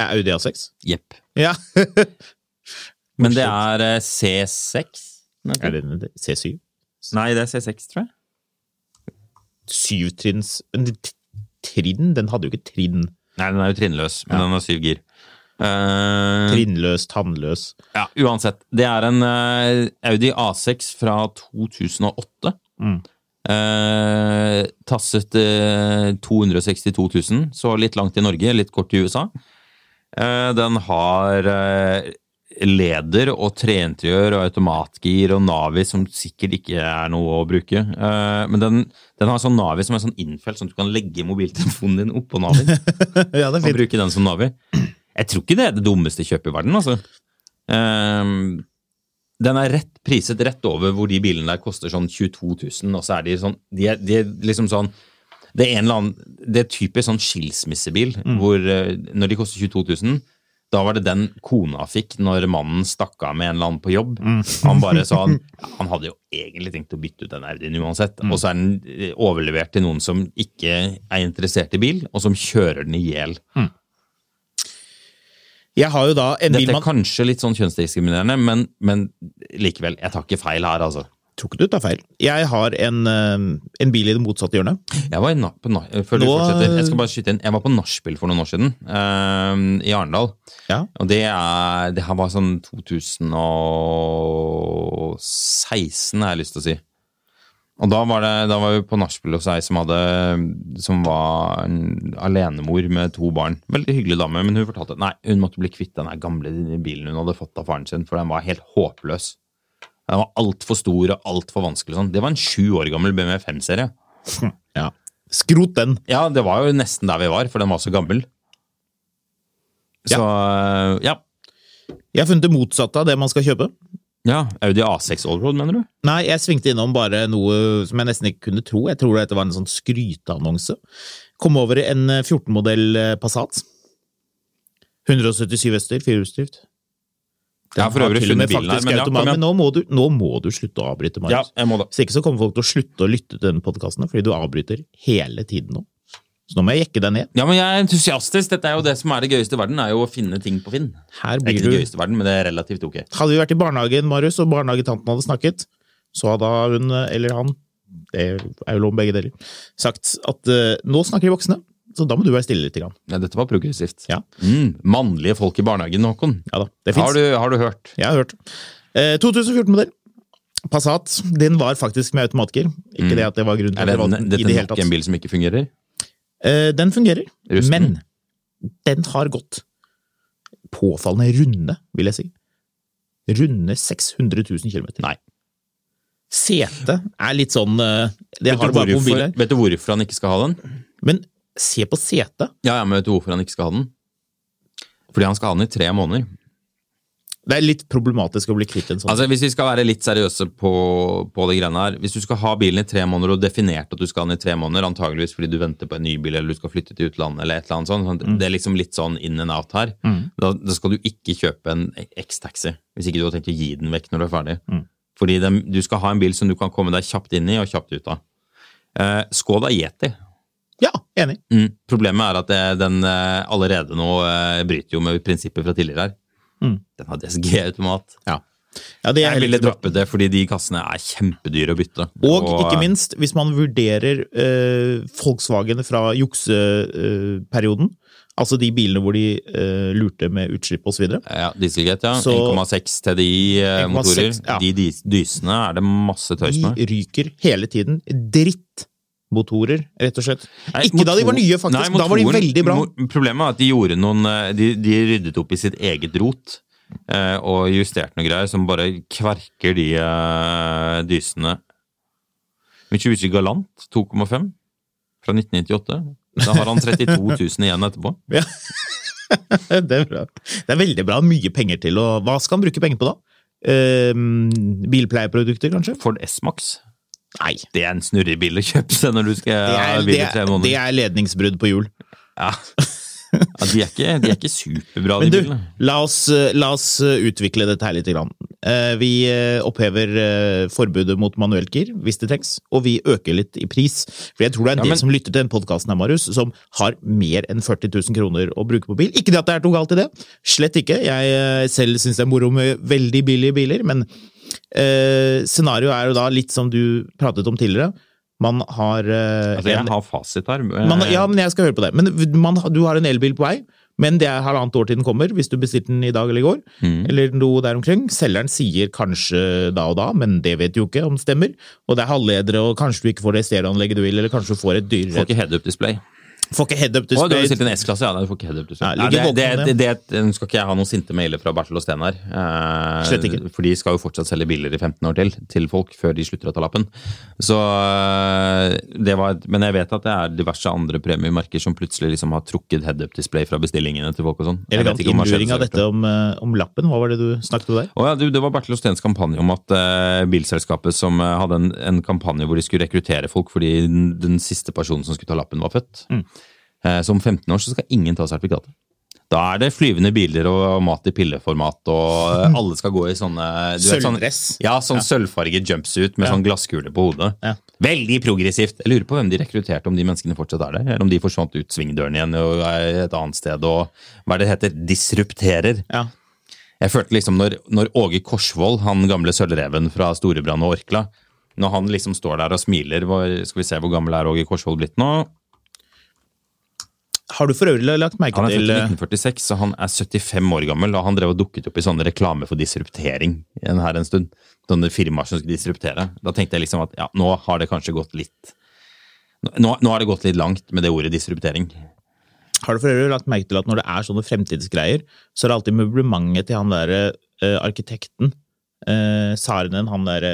Speaker 2: Er Audi A6?
Speaker 3: Jepp.
Speaker 2: Ja.
Speaker 3: Men det er eh, C6?
Speaker 2: er det en C7?
Speaker 3: Nei, det er C6, tror jeg.
Speaker 2: syvtrinns men t- Trinn? Den hadde jo ikke trinn.
Speaker 3: Nei, den er jo trinnløs, men
Speaker 2: Ja.
Speaker 3: den har syv gir. Eh,
Speaker 2: Trinnløs, tannløs.
Speaker 3: Ja, uansett. Det er en eh, Audi A6 fra 2008.
Speaker 2: Mm.
Speaker 3: Eh, tasset eh, 262 000, så litt langt i Norge, litt kort i USA. Eh, den har eh, leder og treinteriør og automatgir og Navi som sikkert ikke er noe å bruke. Eh, men den, den har sånn Navi som er sånn innfelt, sånn at du kan legge mobiltelefonen din oppå Navi
Speaker 2: Ja, det er
Speaker 3: og
Speaker 2: fint.
Speaker 3: bruke den som Navi. Jeg tror ikke det er det dummeste kjøpet i verden, altså. Ehm, den er rett priset rett over hvor de bilene der koster sånn 22 000, og så er de sånn De er, de er liksom sånn Det er en eller annen Det er typisk sånn skilsmissebil
Speaker 2: Mm.
Speaker 3: hvor eh, når de koster 22 000 da var det den kona fikk når mannen stakk av med en eller annen på jobb.
Speaker 2: Mm.
Speaker 3: Han bare sa han, ja, han hadde jo egentlig tenkt å bytte ut den Audien uansett,
Speaker 2: Mm.
Speaker 3: og så er den eh, overlevert til noen som ikke er interessert i bil, og som kjører den i hjel.
Speaker 2: Jeg har jo da en bil
Speaker 3: Dette er
Speaker 2: man
Speaker 3: kanskje litt sånn kjønnsdiskriminerende, men, men likevel, jeg tar ikke feil her, altså.
Speaker 2: Tror ikke du tar feil. Jeg har en, eh, en bil i det motsatte hjørnet.
Speaker 3: Jeg var, i na på na før du
Speaker 2: Nå-
Speaker 3: fortsetter, jeg skal bare skyte inn. Jeg var på nachspiel for noen år siden, eh, i Arendal.
Speaker 2: Ja.
Speaker 3: Og det, er, det her var sånn 2016, har jeg lyst til å si. Og da var, det, da var vi på nachspiel hos ei som, hadde- som var en alenemor med to barn. Veldig hyggelig dame, men hun fortalte nei, hun måtte bli kvitt den her gamle bilen hun hadde fått av faren sin, for den var helt håpløs. Den var altfor stor og altfor vanskelig. og Sånn. Det var en sju år gammel BMW 5-serie.
Speaker 2: Ja. Skrot den!
Speaker 3: Ja, det var jo nesten der vi var, for den var så gammel. Så eh, ja.
Speaker 2: Jeg har funnet det motsatte av det man skal kjøpe.
Speaker 3: ja. Audi A6 Allroad, mener du?
Speaker 2: Nei, jeg svingte innom bare noe som jeg nesten ikke kunne tro. Jeg tror dette var en sånn skryteannonse. Kom over en 14-modell Passat. 177 hester, firehjulsdrift. Den
Speaker 3: Ja, for
Speaker 2: har
Speaker 3: øvrig
Speaker 2: til og med
Speaker 3: funnet bilen her,
Speaker 2: faktisk
Speaker 3: men ja, kom
Speaker 2: automat,
Speaker 3: igjen.
Speaker 2: men nå må, du, nå må du slutte å avbryte,
Speaker 3: Ja,
Speaker 2: Marius.
Speaker 3: jeg må det.
Speaker 2: Hvis ikke så kommer folk til å slutte å lytte til denne podkasten, fordi du avbryter hele tiden nå. Så nå må jeg jekke deg ned.
Speaker 3: Ja, men jeg er entusiastisk. Dette er jo det som er det gøyeste i verden, er jo å finne ting på Finn.
Speaker 2: Her
Speaker 3: Det er
Speaker 2: blir
Speaker 3: ikke det
Speaker 2: du
Speaker 3: gøyeste i verden, men det er relativt ok.
Speaker 2: Hadde vi vært i barnehagen, Marius, og barnehagetanten hadde snakket, så hadde hun eller han, det er jo lov med begge deler, sagt at eh, nå snakker de voksne, så da må du være stille litt. Grann.
Speaker 3: Nei, dette var progressivt.
Speaker 2: Ja.
Speaker 3: Mm, mannlige folk i barnehagen, Håkon.
Speaker 2: Ja da, det
Speaker 3: Har
Speaker 2: fins.
Speaker 3: du, har du hørt?
Speaker 2: Jeg har hørt. Eh, 2014-modell. Passat. Den var faktisk med automatgir. Ikke det at det var grunnen til at
Speaker 3: Er det,
Speaker 2: jeg valgte den
Speaker 3: Mm. dette
Speaker 2: i det hele
Speaker 3: nok en
Speaker 2: tatt.
Speaker 3: bil som ikke fungerer?
Speaker 2: Eh, den fungerer,
Speaker 3: Rusten?
Speaker 2: men den har gått påfallende runde, vil jeg si. Runde 600 000 km.
Speaker 3: Nei.
Speaker 2: Setet er litt sånn eh, Det
Speaker 3: Vet
Speaker 2: har
Speaker 3: du,
Speaker 2: du bare på mobilen.
Speaker 3: hvorfor, vet du hvorfor han ikke skal ha den?
Speaker 2: Men se på setet.
Speaker 3: Ja, ja, men vet du hvorfor han ikke skal ha den? Fordi han skal ha den i tre måneder.
Speaker 2: Det er litt problematisk å bli kvitt en sånn.
Speaker 3: Altså, Hvis vi skal være litt seriøse på, på de greiene her Hvis du skal ha bilen i tre måneder og definert at du skal ha den i tre måneder, antageligvis fordi du venter på en ny bil eller du skal flytte til utlandet eller et eller annet sånt, sånn, det er liksom litt sånn in and out her, da, da skal du ikke kjøpe en X-taxi hvis ikke du har tenkt å gi den vekk når du er ferdig. Fordi den, du skal ha en bil som du kan komme deg kjapt inn i og kjapt ut av. Eh, Skoda Yeti.
Speaker 2: ja, enig.
Speaker 3: Mm. Problemet er at det, den eh, allerede nå eh, bryter jo med prinsippet fra tidligere her. Den har DSG-automat.
Speaker 2: Ja. ja det er
Speaker 3: Jeg
Speaker 2: heller
Speaker 3: ville
Speaker 2: ikke bra.
Speaker 3: droppe det, fordi de kassene er kjempedyre å bytte.
Speaker 2: Og ikke minst, hvis man vurderer eh, Volkswagen fra jukseperioden, altså de bilene hvor de eh, lurte med utslipp osv.
Speaker 3: eh, Ja, Dieselgate, ja.
Speaker 2: Så-
Speaker 3: 1,6 TDI-motorer.
Speaker 2: 1,6, ja.
Speaker 3: eh, De dis- dysene er det masse tøys med.
Speaker 2: De ryker hele tiden. Drittmotorer, rett og slett.
Speaker 3: Nei,
Speaker 2: ikke da de var
Speaker 3: motor-
Speaker 2: nye, faktisk.
Speaker 3: Nei,
Speaker 2: da var de
Speaker 3: motoren-
Speaker 2: veldig bra.
Speaker 3: mo- Problemet er at de gjorde noen eh, De, de ryddet opp i sitt eget rot. eh, Og justerte noe greier som bare kverker de eh, dysene. Mitsubishi Galant 2,5 fra 1998. Da har han 32 000 igjen etterpå.
Speaker 2: det, er bra. det er veldig bra. Mye penger til. Og hva skal han bruke penger på da? Eh, bilpleieprodukter, kanskje?
Speaker 3: Ford S-Max.
Speaker 2: Nei.
Speaker 3: Det er en snurrebil å kjøpe seg når du skal
Speaker 2: Det
Speaker 3: ha
Speaker 2: er,
Speaker 3: bil
Speaker 2: det,
Speaker 3: i
Speaker 2: er,
Speaker 3: tre
Speaker 2: det
Speaker 3: måneder.
Speaker 2: er ledningsbrudd på hjul.
Speaker 3: Ja. Ja, de, er ikke, de er ikke superbra, de
Speaker 2: Men du,
Speaker 3: bilene.
Speaker 2: la oss, eh, la oss utvikle dette her litt. Grann. Eh, Vi eh, opphever eh, forbudet mot manuelt gir, hvis det trengs, og vi øker litt i pris. For jeg tror det er en
Speaker 3: Ja,
Speaker 2: del
Speaker 3: men-
Speaker 2: som lytter til den podkasten her, Marius, som har mer enn 40 000 kroner å bruke på bil. Ikke det at det er noe galt i det, slett ikke. Jeg eh, selv syns det er moro med veldig billige biler, men eh, scenarioet er jo da litt som du pratet om tidligere. Man har eh,
Speaker 3: Altså,
Speaker 2: en-
Speaker 3: jeg har fasit her.
Speaker 2: man, ja, men jeg skal høre på det. Men man, du har en elbil på vei, men det er halvannet år til den kommer, hvis du bestilte den i dag eller i går,
Speaker 3: Mm.
Speaker 2: eller noe der omkring. Selgeren sier kanskje da og da, men det vet du jo ikke om det stemmer. Og det er halvledere, og kanskje du ikke får det stereoanlegget du vil, eller kanskje du får et
Speaker 3: Eh, Får
Speaker 2: dyrere
Speaker 3: ikke head-up-display.
Speaker 2: Får ikke head up
Speaker 3: Å, du har
Speaker 2: display.
Speaker 3: bestilt en S-klasse? Ja, nei, du får ikke head-up-display.
Speaker 2: Nei,
Speaker 3: Nei,
Speaker 2: ligger
Speaker 3: det,
Speaker 2: våken,
Speaker 3: det, det, det, nå skal ikke jeg ha noen sinte mailer fra Bertil og Sten her. eh,
Speaker 2: Slett ikke.
Speaker 3: For de skal jo fortsatt selge biler i 15 år til, til folk, før de slutter å ta lappen. Så eh, det var, et- Men jeg vet at det er diverse andre premiemerker som plutselig liksom har trukket head-up-display fra bestillingene til folk og sånn. Jeg
Speaker 2: Elegant
Speaker 3: vet ikke om Mercedes
Speaker 2: innluring
Speaker 3: har
Speaker 2: av
Speaker 3: gjort det.
Speaker 2: dette om, eh, om lappen, hva var det du snakket om der?
Speaker 3: Å ja, du, det var Bertil og Stens kampanje om at eh, bilselskapet som eh, hadde en, en kampanje hvor de skulle rekruttere folk fordi den, den siste personen som skulle ta lappen, var født.
Speaker 2: Mm.
Speaker 3: Eh, så om 15 år så skal ingen ta sertifikatet. Da er det flyvende biler og mat i pilleformat, og eh, alle skal gå i sånne du vet, sånn-
Speaker 2: Sølvdress.
Speaker 3: Ja, sånn sølvfarget jumpsuit med sånn glasskule på hodet.
Speaker 2: Ja.
Speaker 3: Veldig progressivt. Jeg lurer på hvem de rekrutterte, om de menneskene fortsatt er der, eller om de forsvant ut svingdøren igjen og er et annet sted og hva er det det heter, disrupterer.
Speaker 2: Ja.
Speaker 3: Jeg følte liksom når, når Åge Korsvold, han gamle sølvreven fra Storebrand og Orkla, når han liksom står der og smiler hvor, Skal vi se hvor gammel er Åge Korsvold blitt nå?
Speaker 2: Har du for øvrig lagt merke
Speaker 3: Han er
Speaker 2: til
Speaker 3: født i
Speaker 2: eh,
Speaker 3: 1946, så han er 75 år gammel. Og han drev og dukket opp i sånne reklame for disruptering en- her en stund. Sånne firmaer som skulle disruptere. Da tenkte jeg liksom at ja, nå har det kanskje gått litt Nå, nå har det gått litt langt med det ordet disruptering.
Speaker 2: Har du for øvrig lagt merke til at når det er sånne fremtidsgreier, så er det alltid møblementet til han derre eh, arkitekten, uh, Sarenen, han derre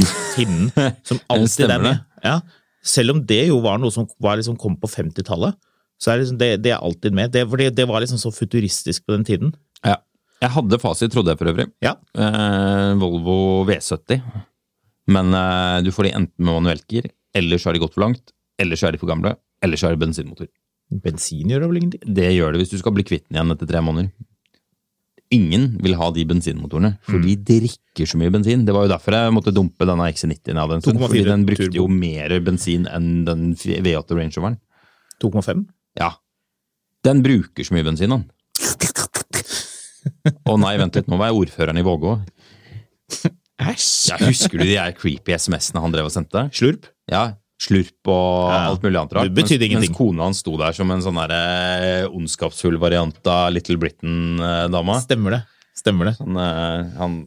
Speaker 2: finnen, som alltid
Speaker 3: Stemmer
Speaker 2: er med.
Speaker 3: det?
Speaker 2: Ja. Selv om det jo var noe som var liksom kom på 50-tallet, Så er det, liksom, det, det er alltid med. Det, fordi det var liksom så futuristisk på den tiden.
Speaker 3: Ja. Jeg hadde fasit, trodde jeg for øvrig.
Speaker 2: Ja.
Speaker 3: Eh, Volvo V70. Men eh, du får de enten med manuelt gir, eller så er de gått for langt, eller så er de for gamle, eller så er det bensinmotor.
Speaker 2: Bensin gjør det vel ingenting?
Speaker 3: Det gjør det hvis du skal bli kvitt den igjen etter tre måneder. Ingen vil ha de bensinmotorene, for de drikker så mye bensin. Det var jo derfor jeg måtte dumpe denne XC90-en jeg hadde en stund,
Speaker 2: 2,4
Speaker 3: fordi den brukte
Speaker 2: turbo.
Speaker 3: jo mer bensin enn den V8 Range Roveren.
Speaker 2: 2,5?
Speaker 3: Ja. Den bruker så mye bensin, han. Å nei, vent litt, nå var jeg ordføreren i Vågå.
Speaker 2: Æsj!
Speaker 3: Ja, husker du de der creepy SMS-ene han drev og sendte?
Speaker 2: Slurp?
Speaker 3: Ja, slurp og
Speaker 2: Ja,
Speaker 3: alt mulig annet rart.
Speaker 2: det betydde
Speaker 3: mens,
Speaker 2: ingenting.
Speaker 3: mens kona hans sto der som en sånn der, eh, ondskapsfull variant av Little Britain-dama.
Speaker 2: Stemmer det. Stemmer det.
Speaker 3: Han, eh, han,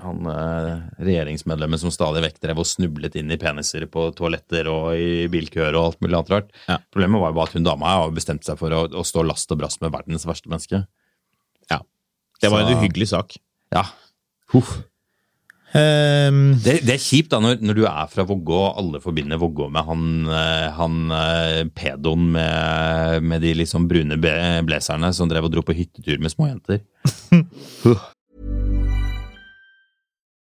Speaker 3: han eh, regjeringsmedlemmet som stadig vekk drev og snublet inn i peniser på toaletter og i bilkøer og alt mulig annet rart.
Speaker 2: Ja.
Speaker 3: Problemet var jo bare at hun dama har bestemt seg for å, å stå last og brast med verdens verste menneske.
Speaker 2: Ja. Det var en
Speaker 3: Så-
Speaker 2: uhyggelig sak.
Speaker 3: Ja. Huff.
Speaker 2: Ehm,
Speaker 3: Det, det er kjipt da, når, når du er fra Vågå, og alle forbinder Vågå med han, eh, han eh, pedoen med, med de liksom brune be- blazerne som drev og dro på hyttetur med småjenter.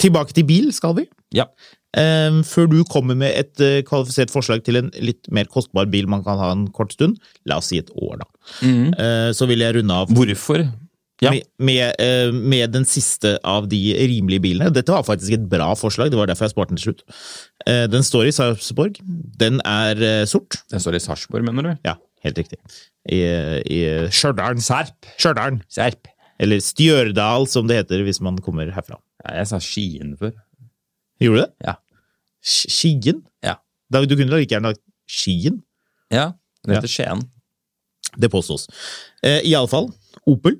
Speaker 2: tilbake til bil skal vi.
Speaker 3: Ja.
Speaker 2: Ehm, før du kommer med et eh, kvalifisert forslag til en litt mer kostbar bil man kan ha en kort stund, la oss si et år, da, Eh, så vil jeg runde av
Speaker 3: Hvorfor? Ja.
Speaker 2: med, med, eh, med den siste av de rimelige bilene. Dette var faktisk et bra forslag, det var derfor jeg sparte den til slutt. Eh, den står i Sarpsborg. Den er eh, sort.
Speaker 3: Den står i Sarpsborg, mener du?
Speaker 2: Ja, helt riktig. I, i Stjørdal.
Speaker 3: Serp.
Speaker 2: Stjørdal.
Speaker 3: Serp.
Speaker 2: Eller Stjørdal, som det heter hvis man kommer herfra.
Speaker 3: Ja, jeg sa Skien før.
Speaker 2: Gjorde du det?
Speaker 3: Ja.
Speaker 2: Sk- Skien?
Speaker 3: Ja.
Speaker 2: Da, du kunne da like gjerne lagt Skien.
Speaker 3: Ja, det
Speaker 2: Ja.
Speaker 3: heter Skien.
Speaker 2: Det påstås. Eh, Iallfall Opel.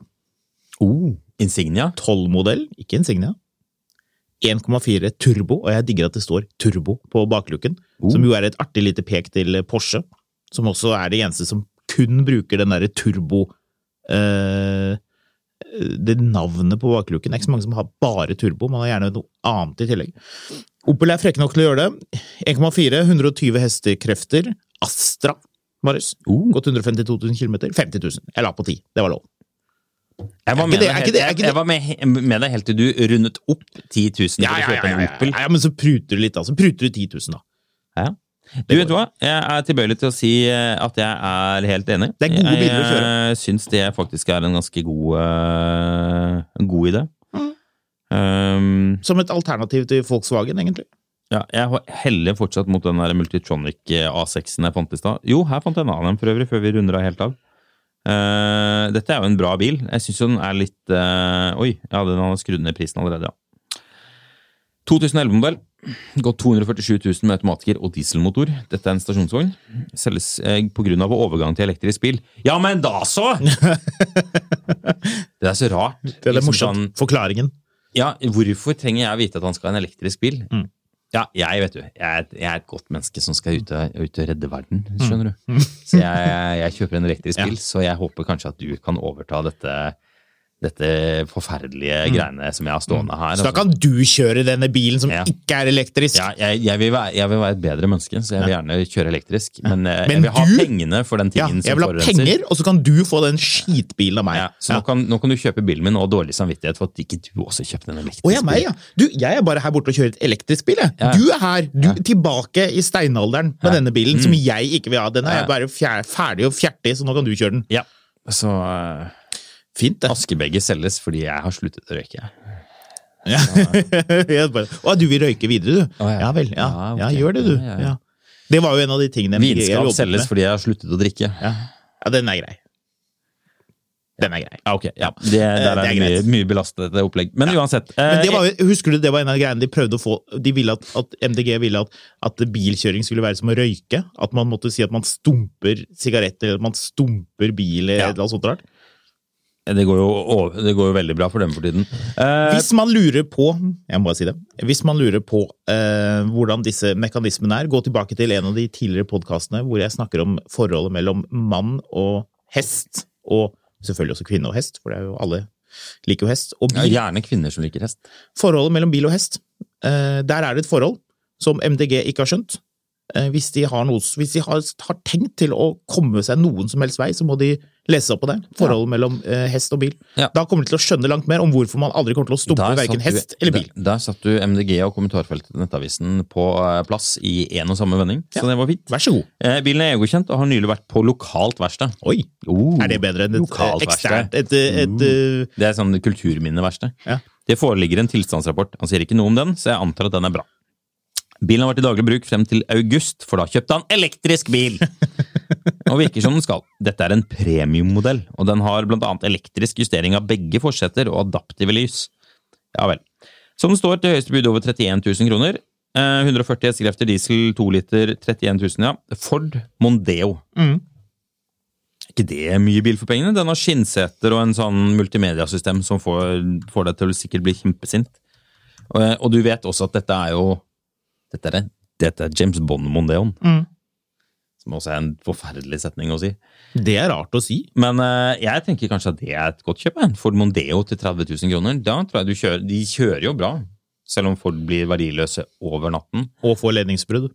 Speaker 2: Oh.
Speaker 3: Insignia.
Speaker 2: 12-modell, ikke Insignia. 1,4 turbo, og jeg digger at det står turbo på bakluken. Som jo er et artig lite pek til eh, Porsche, som også er det eneste som kun bruker den derre turbo eh, Det navnet på bakluken. Det er ikke så mange som har bare turbo, man har gjerne noe annet i tillegg. Opel er frekke nok til å gjøre det. 1,4, 120 hestekrefter. Astra, Marius. Gått 152 000 km. 50 000. Jeg la på 10. Det var lov.
Speaker 3: Jeg
Speaker 2: Er ikke
Speaker 3: var med
Speaker 2: det- er
Speaker 3: deg
Speaker 2: ikke
Speaker 3: helt-
Speaker 2: det- er ikke
Speaker 3: jeg-
Speaker 2: det-
Speaker 3: jeg var med he- med deg helt til du rundet opp 10 000 for å kjøpe en Opel.
Speaker 2: Ja, ja, men så pruter du litt, da. Så pruter du 10 000, da.
Speaker 3: Du vet hva, jeg er tilbøyelig til å si eh, at jeg er helt enig.
Speaker 2: Det er gode biler å
Speaker 3: Jeg eh, syns det faktisk er en ganske god, eh, en god idé. Um,
Speaker 2: Som et alternativ til Volkswagen, egentlig.
Speaker 3: ja, jeg heller fortsatt mot den der Multitronic eh, A6-en jeg fant i stad. Jo, her fant jeg en annen en for øvrig, før vi runder av helt av. Eh, dette er jo en bra bil. Jeg syns den er litt eh, Oi, ja, den har skrudd ned prisen allerede, ja. 2011-modell. Gått 247 000 med automatgir og dieselmotor. Dette er en stasjonsvogn. Selges eh, på grunn av overgang til elektrisk bil. Ja, men da så! det er så rart.
Speaker 2: Det er det
Speaker 3: Liksom
Speaker 2: morsomt.
Speaker 3: sånn-
Speaker 2: Forklaringen.
Speaker 3: ja, hvorfor trenger jeg vite at han skal ha en elektrisk bil?
Speaker 2: Mm.
Speaker 3: Ja, jeg vet du, jeg er, et- jeg er et godt menneske som skal ut og, ut og redde verden,
Speaker 2: Mm.
Speaker 3: skjønner du. Så jeg, jeg kjøper en elektrisk bil, så jeg håper kanskje at du kan overta dette, dette forferdelige
Speaker 2: Mm.
Speaker 3: greiene som jeg har stående her.
Speaker 2: Så da kan du kjøre denne bilen som
Speaker 3: Ja.
Speaker 2: ikke er elektrisk.
Speaker 3: ja, jeg, jeg, vil være, jeg vil være et bedre menneske, så jeg vil gjerne kjøre elektrisk. Men, eh,
Speaker 2: Men
Speaker 3: jeg vil ha
Speaker 2: du-
Speaker 3: pengene for den
Speaker 2: Ja,
Speaker 3: tingen
Speaker 2: jeg
Speaker 3: som
Speaker 2: vil ha
Speaker 3: forurenser.
Speaker 2: penger, og så kan du få den skitbilen av meg.
Speaker 3: Ja, så Nå, kan, nå kan du kjøpe bilen min og ha dårlig samvittighet for at ikke du også kjøpte en elektrisk
Speaker 2: Å ja, meg, ja. Du, jeg er bare her borte og kjører et elektrisk bil, jeg.
Speaker 3: Ja. Mm.
Speaker 2: Du er her, du, tilbake i steinalderen med denne bilen, som jeg ikke vil ha. Den er
Speaker 3: Ja.
Speaker 2: bare fjer, ferdig og fjertig, så nå kan du kjøre den.
Speaker 3: bil. Ja. Så eh,
Speaker 2: Fint, det.
Speaker 3: askebegget selges fordi jeg har sluttet å røyke.
Speaker 2: Ja. Jeg bare, Å, du vil røyke videre, du?
Speaker 3: Å, ja.
Speaker 2: ja. vel, ja.
Speaker 3: Ja, ok.
Speaker 2: ja. Gjør det, du.
Speaker 3: Ja, ja,
Speaker 2: Ja,
Speaker 3: ja.
Speaker 2: Det var jo en av de tingene jeg
Speaker 3: Vinskap
Speaker 2: jobbet
Speaker 3: selges
Speaker 2: med.
Speaker 3: fordi jeg har sluttet å drikke. Ja,
Speaker 2: Ja, den er grei. Den er grei.
Speaker 3: ok. Ja. Det, der er,
Speaker 2: det er
Speaker 3: det mye,
Speaker 2: greit.
Speaker 3: mye belastet opplegg. Men uansett.
Speaker 2: Men det
Speaker 3: eh,
Speaker 2: var, jo- husker du, det var en av greiene de prøvde å få De ville at, at MDG ville at, at bilkjøring skulle være som å røyke. At man måtte si at man stumper sigaretter, eller at man stumper bil, eller
Speaker 3: Ja.
Speaker 2: noe sånt rart.
Speaker 3: det, går jo, over- det går jo veldig bra for dem for tiden. Eh,
Speaker 2: Hvis man lurer på jeg må bare si det, hvis man lurer på eh, hvordan disse mekanismene er, gå tilbake til en av de tidligere podkastene hvor jeg snakker om forholdet mellom mann og hest, og selvfølgelig også kvinne og hest, for det er jo alle liker jo hest, og
Speaker 3: ja,
Speaker 2: bil.
Speaker 3: gjerne kvinner som liker hest.
Speaker 2: Forholdet mellom bil og hest. Eh, der er det et forhold som MDG ikke har skjønt. Eh, hvis de, har, noe, hvis de har, har tenkt til å komme seg noen som helst vei, så må de lese opp på det. Forholdet mellom eh, hest og bil.
Speaker 3: Ja.
Speaker 2: Da kommer de til å skjønne langt mer om hvorfor man aldri kommer til å stumpe
Speaker 3: Der
Speaker 2: verken
Speaker 3: satt sånn du-
Speaker 2: hest eller bil.
Speaker 3: Der, der satt du MDG og kommentarfeltet til Nettavisen på eh, plass i én og samme vending, så det var fint.
Speaker 2: Vær så god.
Speaker 3: Eh, bilen er EU-godkjent og har nylig vært på lokalt verksted.
Speaker 2: Oi,
Speaker 3: Oh,
Speaker 2: er det bedre enn et eh,
Speaker 3: lokalt
Speaker 2: eksternt
Speaker 3: verksted.
Speaker 2: et, eh,
Speaker 3: Mm.
Speaker 2: et, eh,
Speaker 3: Det er sånn kulturminneverksted.
Speaker 2: Ja.
Speaker 3: Det foreligger en tilstandsrapport. Han sier ikke noe om den, så jeg antar at den er bra. Bilen har vært i daglig bruk frem til august, for da kjøpte han elektrisk bil! Og virker som den skal. Dette er en premiummodell, og den har blant annet elektrisk justering av begge forsetter og adaptive lys. Ja vel. Som står til høyeste bud over 31 000 kroner. Eh, 140 hestekrefter, diesel, 2 liter, 31 000, ja. Ford Mondeo ikke det mye bil for pengene. Den har skinnseter og en sånn multimediasystem som får, får deg til å sikkert bli kjempesint. Og, eh, og du vet også at dette er jo Dette er, en- dette er James Bond-mondeon. Som også er en forferdelig setning å si.
Speaker 2: Det er rart å si.
Speaker 3: Men eh, jeg tenker kanskje at det er et godt kjøp. jeg. Ford Mondeo til 30 000 kroner. Da tror jeg du kjører De kjører jo bra. Selv om Ford blir verdiløse over natten.
Speaker 2: Og få ledningsbrudd.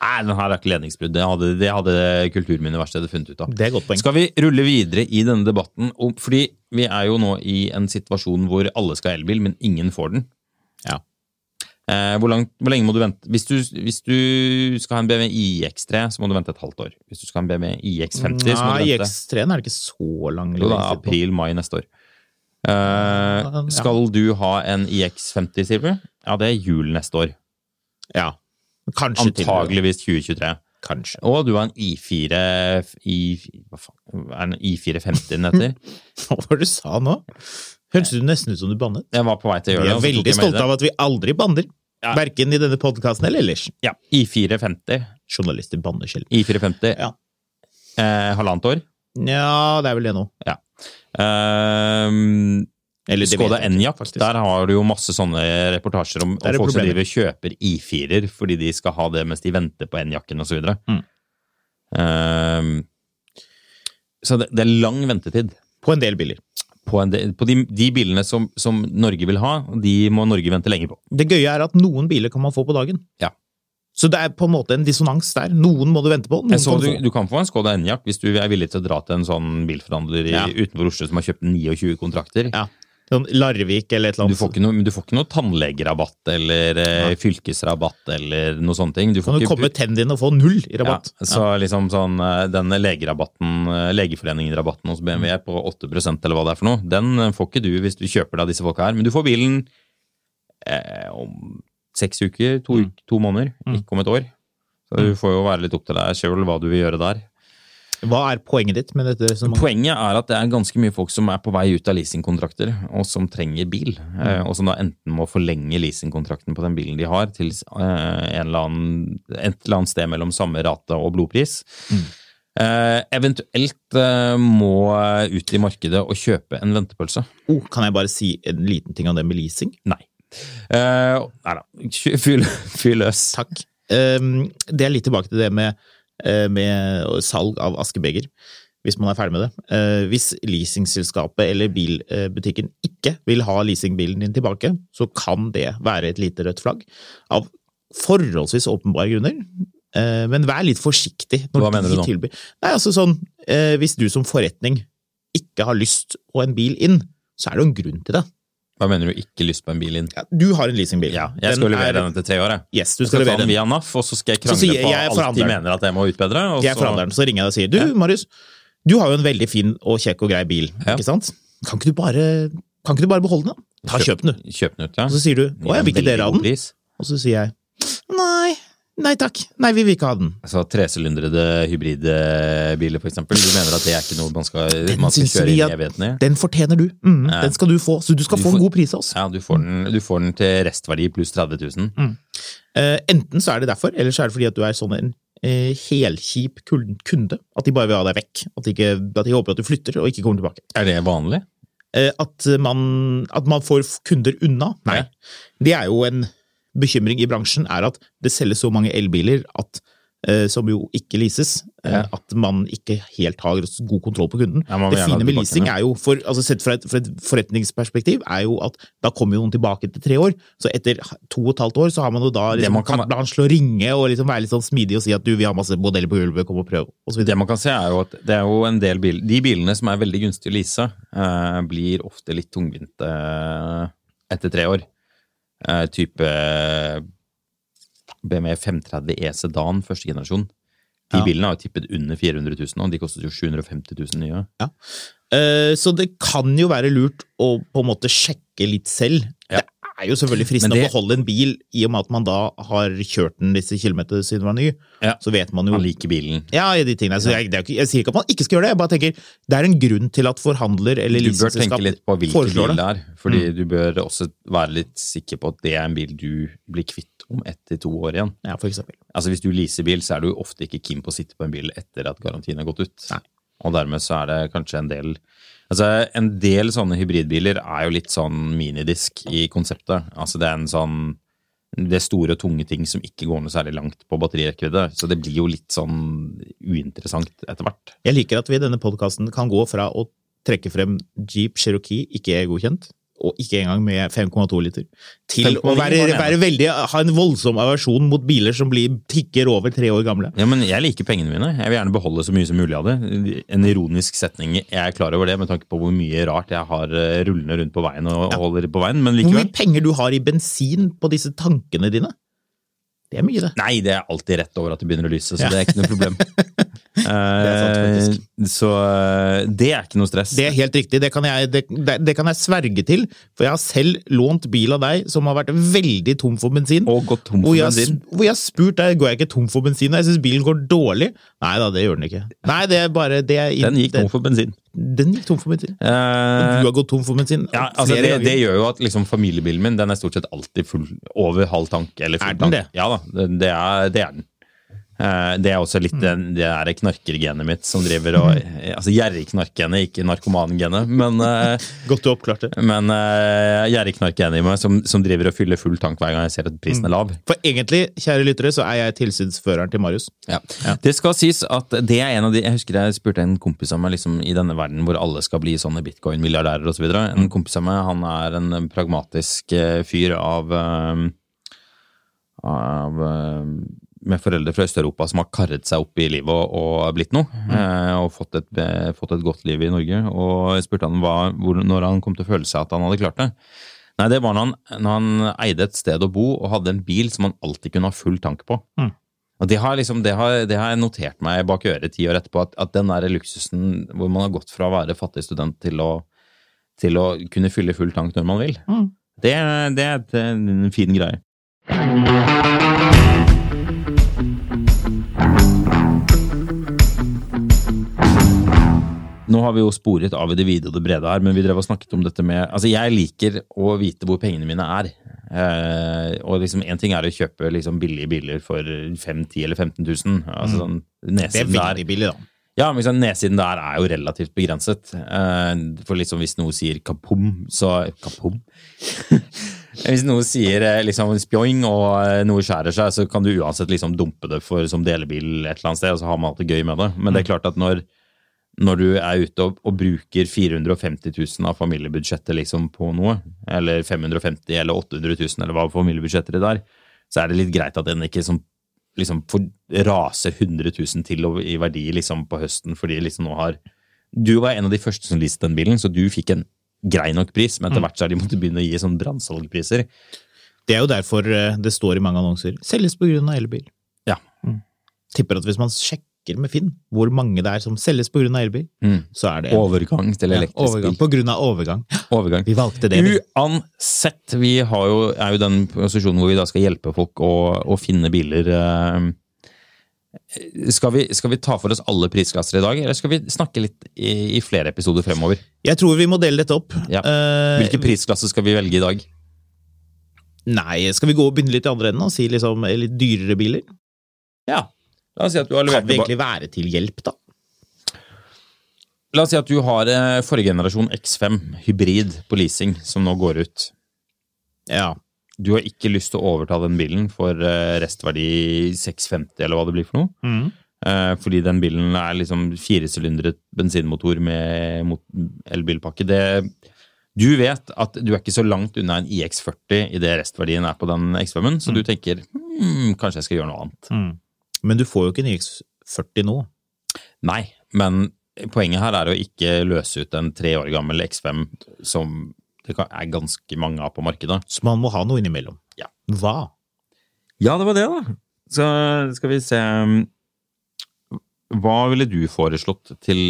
Speaker 3: Nei, den her er ikke ledningsbrudd. Det hadde, det hadde Kulturminneverkstedet funnet ut av.
Speaker 2: Det er et godt poeng.
Speaker 3: Skal vi rulle videre i denne debatten? om- Fordi vi er jo nå i en situasjon hvor alle skal ha elbil, men ingen får den.
Speaker 2: Ja.
Speaker 3: Eh, hvor, langt, hvor lenge må du vente? Hvis du, hvis du skal ha en BMW iX3, så må du vente et halvt år. Hvis du skal ha en BMW iX50, så må du
Speaker 2: Nei,
Speaker 3: vente
Speaker 2: IX3-en er det ikke så lang
Speaker 3: jo, da,
Speaker 2: leveringstid på.
Speaker 3: april-mai neste år. Eh,
Speaker 2: Ja, den- ja.
Speaker 3: skal du ha en iX50, sier du? Ja, det er jul neste år.
Speaker 2: Ja. Kanskje til-
Speaker 3: Antageligvis 2023.
Speaker 2: Kanskje.
Speaker 3: Og du har en i4 i, Hva faen? Er det i450 den heter?
Speaker 2: Hva var det du sa nå? Hørtes det nesten ut som du bannet?
Speaker 3: Jeg var på vei til
Speaker 2: Vi
Speaker 3: å gjøre det. altså,
Speaker 2: er veldig stolte av at vi aldri banner.
Speaker 3: Ja.
Speaker 2: Verken i denne podkasten eller ellers.
Speaker 3: Ja, I450.
Speaker 2: Journalister banner sjelden.
Speaker 3: I450.
Speaker 2: Ja.
Speaker 3: Eh, halvannet år.
Speaker 2: Nja, det er vel det nå.
Speaker 3: Ehm,
Speaker 2: Eller det
Speaker 3: Skoda
Speaker 2: vet jeg ikke,
Speaker 3: Enyaq,
Speaker 2: faktisk.
Speaker 3: der har du jo masse sånne reportasjer om,
Speaker 2: Der er
Speaker 3: om folk som
Speaker 2: problemet.
Speaker 3: driver og kjøper I4-er fordi de skal ha det mens de venter på Enyaqen osv.
Speaker 2: Mm.
Speaker 3: Um, så det, det er lang ventetid
Speaker 2: På en del biler.
Speaker 3: på, en del, på de, de bilene som, som Norge vil ha. De må Norge vente lenge på.
Speaker 2: Det gøye er at noen biler kan man få på dagen.
Speaker 3: Ja.
Speaker 2: Så det er på en måte en dissonans der. Noen må du vente på. Noen sånn-
Speaker 3: Jeg så
Speaker 2: kan
Speaker 3: du,
Speaker 2: få.
Speaker 3: du kan få en Skoda Enyaq hvis du er villig til å dra til en sånn bilforhandler i,
Speaker 2: Ja.
Speaker 3: utenfor Oslo som har kjøpt 29 kontrakter.
Speaker 2: Ja. Sånn Larvik eller et eller
Speaker 3: Du
Speaker 2: annet.
Speaker 3: får ikke noe, men du får ikke noe tannlegerabatt eller eh, fylkesrabatt eller noe sånne ting. Du
Speaker 2: kan
Speaker 3: får
Speaker 2: du
Speaker 3: ikke
Speaker 2: komme tennene dine og få null i
Speaker 3: ja,
Speaker 2: rabatt?
Speaker 3: Så liksom sånn eh, den legerabatten, eh, legeforeningen-rabatten hos
Speaker 2: Mm.
Speaker 3: BMW på 8 eller hva det er for noe, den eh, får ikke du hvis du kjøper deg disse folka her. Men du får bilen eh, om seks uker,
Speaker 2: Mm.
Speaker 3: to, uk- to måneder, ikke om et år. Så du får jo være litt opp til deg sjøl hva du vil gjøre der.
Speaker 2: Hva er poenget ditt med dette? resonnementet?
Speaker 3: Poenget er at det er ganske mye folk som er på vei ut av leasingkontrakter, og som trenger bil. eh,
Speaker 2: Mm.
Speaker 3: Og som da enten må forlenge leasingkontrakten på den bilen de har, til eh, en eller annen, et eller annet sted mellom samme rate og blodpris.
Speaker 2: Mm.
Speaker 3: Eh, Eventuelt eh, må ut i markedet og kjøpe en ventepølse.
Speaker 2: Oh, kan jeg bare si en liten ting om det med leasing?
Speaker 3: Nei. Eh, Nei da. Kjø- Fyr fyr løs.
Speaker 2: Takk. Ehm, Um, det er litt tilbake til det med, eh, med salg av askebeger. hvis man er ferdig med det. Eh, Hvis leasingselskapet eller bilbutikken ikke vil ha leasingbilen din tilbake, så kan det være et lite rødt flagg av forholdsvis åpenbare grunner. Eh, Men vær litt forsiktig.
Speaker 3: Hva mener
Speaker 2: de
Speaker 3: du nå?
Speaker 2: Tilbyr. Nei, altså sånn, eh, Hvis du som forretning ikke har lyst på en bil inn, så er det jo en grunn til det.
Speaker 3: Hva mener du ikke lyst på en bil inn?
Speaker 2: Ja, Du har en leasingbil.
Speaker 3: Ja, jeg skal
Speaker 2: Den
Speaker 3: levere
Speaker 2: er-
Speaker 3: den etter tre år, jeg.
Speaker 2: Yes, du skal
Speaker 3: Jeg skal ta
Speaker 2: levere
Speaker 3: den
Speaker 2: den.
Speaker 3: via NAF, og så skal jeg
Speaker 2: Så
Speaker 3: krangle
Speaker 2: sier jeg-
Speaker 3: på
Speaker 2: jeg er
Speaker 3: alt de
Speaker 2: forhandleren.
Speaker 3: mener at jeg må utbedre. Og
Speaker 2: Jeg
Speaker 3: så,
Speaker 2: forandrer den, så ringer jeg deg og sier Du, Marius, du har jo en veldig fin og kjekk og grei bil,
Speaker 3: Ja.
Speaker 2: ikke sant? Kan ikke du bare, kan ikke du bare beholde den? da? Ta Kjøp den, du.
Speaker 3: Kjøp den ut, ja.
Speaker 2: Og så sier du Å, jeg vil ikke dere ha den.
Speaker 3: Pris.
Speaker 2: Og så sier jeg Nei. Nei takk. Nei, vi vil ikke ha den.
Speaker 3: Altså tresylindrede hybridbiler, for eksempel. Du mener at det er ikke noe man skal,
Speaker 2: Den
Speaker 3: man skal
Speaker 2: syns
Speaker 3: kjøre
Speaker 2: vi
Speaker 3: inn i
Speaker 2: at-
Speaker 3: evigheten i?
Speaker 2: Den fortjener du. Mm,
Speaker 3: Ja.
Speaker 2: Den skal du få. Så du skal
Speaker 3: Du
Speaker 2: få
Speaker 3: får-
Speaker 2: en god pris av oss.
Speaker 3: Ja, du får, den, du får den til restverdi pluss 30 000.
Speaker 2: Eh, enten så er det derfor, eller så er det fordi at du er sånn en eh, helkjip kul- kunde. At de bare vil ha deg vekk. At de, ikke, at de håper at du flytter og ikke kommer tilbake.
Speaker 3: Er det vanlig?
Speaker 2: Eh, at man, at man får f- kunder unna. Nei.
Speaker 3: Ja.
Speaker 2: Det er jo en bekymring i bransjen, er at det selges så mange elbiler at, eh, som jo ikke leases, eh,
Speaker 3: Ja.
Speaker 2: at man ikke helt har s- god kontroll på kunden.
Speaker 3: Ja, man vil
Speaker 2: det
Speaker 3: gjerne ha
Speaker 2: fine med
Speaker 3: tilbake,
Speaker 2: leasing
Speaker 3: ja.
Speaker 2: er jo, for, altså sett fra et, fra et forretningsperspektiv, er jo at da kommer jo noen tilbake etter tre år. Så etter h- to og et halvt år så har man jo da
Speaker 3: Det
Speaker 2: liksom,
Speaker 3: man kan-
Speaker 2: kan man slå ringe og liksom være litt sånn smidig og si at du, vi har masse modeller på gulvet, kom og prøv, og så videre.
Speaker 3: Det man kan se er jo at det er jo en del bil, de bilene som er veldig gunstige å lease, eh, blir ofte litt tungvinte eh, etter tre år. Eh, type BMW 530 E Sedan, første generasjon. De
Speaker 2: Ja.
Speaker 3: bilene har jo tippet under 400 000, og de kostet jo 750 000 nye.
Speaker 2: Eh, Så det kan jo være lurt å på en måte sjekke litt selv.
Speaker 3: Ja.
Speaker 2: Det er jo selvfølgelig fristende
Speaker 3: Men
Speaker 2: å
Speaker 3: det-
Speaker 2: beholde en bil, i og med at man da har kjørt den disse kilometerne siden den var ny.
Speaker 3: Ja.
Speaker 2: Så vet man jo
Speaker 3: Man liker bilen.
Speaker 2: ja, i de tingene. Så jeg, det er jo ikke, jeg sier ikke at man ikke skal gjøre det, jeg bare tenker det er en grunn til at forhandler eller
Speaker 3: Du bør tenke
Speaker 2: leasingselskap
Speaker 3: litt på hvilken
Speaker 2: foreslår
Speaker 3: bil
Speaker 2: det. Mm.
Speaker 3: det er, fordi du bør også være litt sikker på at det er en bil du blir kvitt om ett til to år igjen.
Speaker 2: Ja, for eksempel.
Speaker 3: Altså Hvis du leaser bil, så er du ofte ikke keen på å sitte på en bil etter at garantien har gått ut.
Speaker 2: Nei.
Speaker 3: Og dermed så er det kanskje en del Altså En del sånne hybridbiler er jo litt sånn minidisk i konseptet. Altså Det er en sånn det er store, tunge ting som ikke går noe særlig langt på batterirekkevidde. Så det blir jo litt sånn uinteressant etter hvert.
Speaker 2: Jeg liker at vi i denne podkasten kan gå fra å trekke frem Jeep Cherokee, ikke godkjent, og ikke engang med 5,2 liter, til
Speaker 3: 5,9
Speaker 2: å være,
Speaker 3: var det ene.
Speaker 2: være veldig, ha en voldsom aversjon mot biler som blir, tikker over tre år gamle.
Speaker 3: Ja, men Jeg liker pengene mine. Jeg vil gjerne beholde så mye som mulig av det. En ironisk setning. Jeg er klar over det med tanke på hvor mye rart jeg har eh, rullende rundt på veien og og holder på veien, men
Speaker 2: Hvor mye
Speaker 3: likevel.
Speaker 2: penger du har i bensin på disse tankene dine? Det er mye, det.
Speaker 3: Nei, det er alltid rett over at det begynner å lyse, så
Speaker 2: Ja.
Speaker 3: det er ikke noe problem.
Speaker 2: er sant,
Speaker 3: Eh, så eh, det er ikke noe stress.
Speaker 2: Det er helt riktig, det kan, jeg, det, det- det kan jeg sverge til. For jeg har selv lånt bil av deg som har vært veldig tom for bensin.
Speaker 3: Og gått tom
Speaker 2: hvor
Speaker 3: for
Speaker 2: jeg, har s-
Speaker 3: bensin.
Speaker 2: Hvor jeg har spurt deg går jeg ikke tom for bensin, og jeg syns bilen går dårlig. Nei da, det gjør den ikke. Nei, det er bare det er,
Speaker 3: Den gikk tom
Speaker 2: det,
Speaker 3: for bensin.
Speaker 2: den gikk tom for bensin.
Speaker 3: Eh,
Speaker 2: Du har gått tom for bensin.
Speaker 3: ja, altså
Speaker 2: flere
Speaker 3: det,
Speaker 2: ganger.
Speaker 3: det gjør jo at liksom familiebilen min den er stort sett alltid full, over halv tank. Eller full
Speaker 2: Er den
Speaker 3: tank.
Speaker 2: det?
Speaker 3: Ja da, det, det, er, det er den. Eh, det er også litt
Speaker 2: Mm.
Speaker 3: den- det er knarkergenet mitt som driver og Altså gjerrigknarkgenet, ikke narkomangenet, men eh,
Speaker 2: Godt du oppklarte.
Speaker 3: Men uh, gjerrigknarkgenet i meg som, som driver og fyller full tank hver gang jeg ser at prisen er lav.
Speaker 2: For egentlig, kjære lyttere, så er jeg tilsynsføreren til Marius.
Speaker 3: Ja. Det skal sies at det er en av de Jeg husker jeg spurte en kompis av meg liksom, i denne verden hvor alle skal bli sånne bitcoin-milliardærer osv. Så videre. en kompis av meg han er en pragmatisk eh, fyr av, eh, av eh, med foreldre fra Øst-Europa som har karret seg opp i livet og, og blitt noe. eh, Og fått et, eh, fått et godt liv i Norge. Og jeg spurte han hva, hvor, når han kom til å føle seg at han hadde klart det. Nei, det var når han, når han eide et sted å bo og hadde en bil som han alltid kunne ha full tank på. Og det har, liksom, det, har, det har jeg notert meg bak øret ti år etterpå, at, at den der luksusen hvor man har gått fra å være fattig student til å, til å kunne fylle full tank når man vil,
Speaker 2: Mm.
Speaker 3: det, det er et- en fin greie. Nå har vi jo sporet av i det vide og det brede her, men vi drev og snakket om dette med Altså, jeg liker å vite hvor pengene mine er. Eh, og liksom, én ting er å kjøpe liksom billige biler for 5 10 eller 15 000. Altså, sånn,
Speaker 2: Mm. Det er
Speaker 3: nedsiden der
Speaker 2: veldig billig, da.
Speaker 3: ja, men liksom, nedsiden der er jo relativt begrenset. Eh, For liksom hvis noe sier kapom, så Kapom? hvis noe sier eh, liksom spjoing og eh, noe skjærer seg, så kan du uansett liksom dumpe det for, som delebil et eller annet sted, og så har man alltid gøy med det. Men det er klart at når når du er ute og, og bruker 450 000 av familiebudsjettet liksom på noe, eller 550 000 eller 800 000 eller hva familiebudsjettet er der, så er det litt greit at den ikke sånn, liksom for, raser 100 000 til over- i verdi liksom på høsten, fordi liksom nå har Du var en av de første som leaset den bilen, så du fikk en grei nok pris, men etter
Speaker 2: Mm.
Speaker 3: hvert så har de måttet begynne å gi sånn brannsalgpriser.
Speaker 2: Det er jo derfor eh, det står i mange annonser 'selges pga. elbil'.
Speaker 3: Ja.
Speaker 2: Mm. Tipper at hvis man sjekker med Finn hvor mange det er som selges pga. elbil,
Speaker 3: Mm.
Speaker 2: så er det
Speaker 3: Overgang til
Speaker 2: ja,
Speaker 3: elektrisk
Speaker 2: overgang. På grunn av overgang.
Speaker 3: bil. Overgang.
Speaker 2: Vi valgte det. vi.
Speaker 3: Uansett, vi har jo, er jo den posisjonen hvor vi da skal hjelpe folk å, å finne biler. eh, Skal vi, skal vi ta for oss alle prisklasser i dag, eller skal vi snakke litt i, i flere episoder fremover?
Speaker 2: Jeg tror vi må dele dette opp.
Speaker 3: Ja.
Speaker 2: Eh,
Speaker 3: Hvilke prisklasser skal vi velge i dag?
Speaker 2: Nei, skal vi gå og begynne litt i andre enden og si liksom eh, litt dyrere biler?
Speaker 3: Ja, La oss si at du har
Speaker 2: Kan
Speaker 3: levert
Speaker 2: vi
Speaker 3: tilbake
Speaker 2: egentlig være til hjelp, da?
Speaker 3: La oss si at du har eh, forrige generasjon X5 hybrid på leasing, som nå går ut.
Speaker 2: Ja.
Speaker 3: Du har ikke lyst til å overta den bilen for eh, restverdi 650, eller hva det blir for noe.
Speaker 2: Mm.
Speaker 3: Eh, fordi den bilen er liksom firesylindret bensinmotor med mot elbilpakke. Det, du vet at du er ikke så langt unna en IX40 i det restverdien er på den X5-en, så du tenker hmm, kanskje jeg skal gjøre noe annet.
Speaker 2: Men du får jo ikke en YX40 nå.
Speaker 3: Nei, men poenget her er å ikke løse ut en tre år gammel X5 som det kan- er ganske mange av på markedet.
Speaker 2: Så man må ha noe innimellom.
Speaker 3: Ja.
Speaker 2: Hva?
Speaker 3: Ja, det var det, da. Så skal vi se um, Hva ville du foreslått til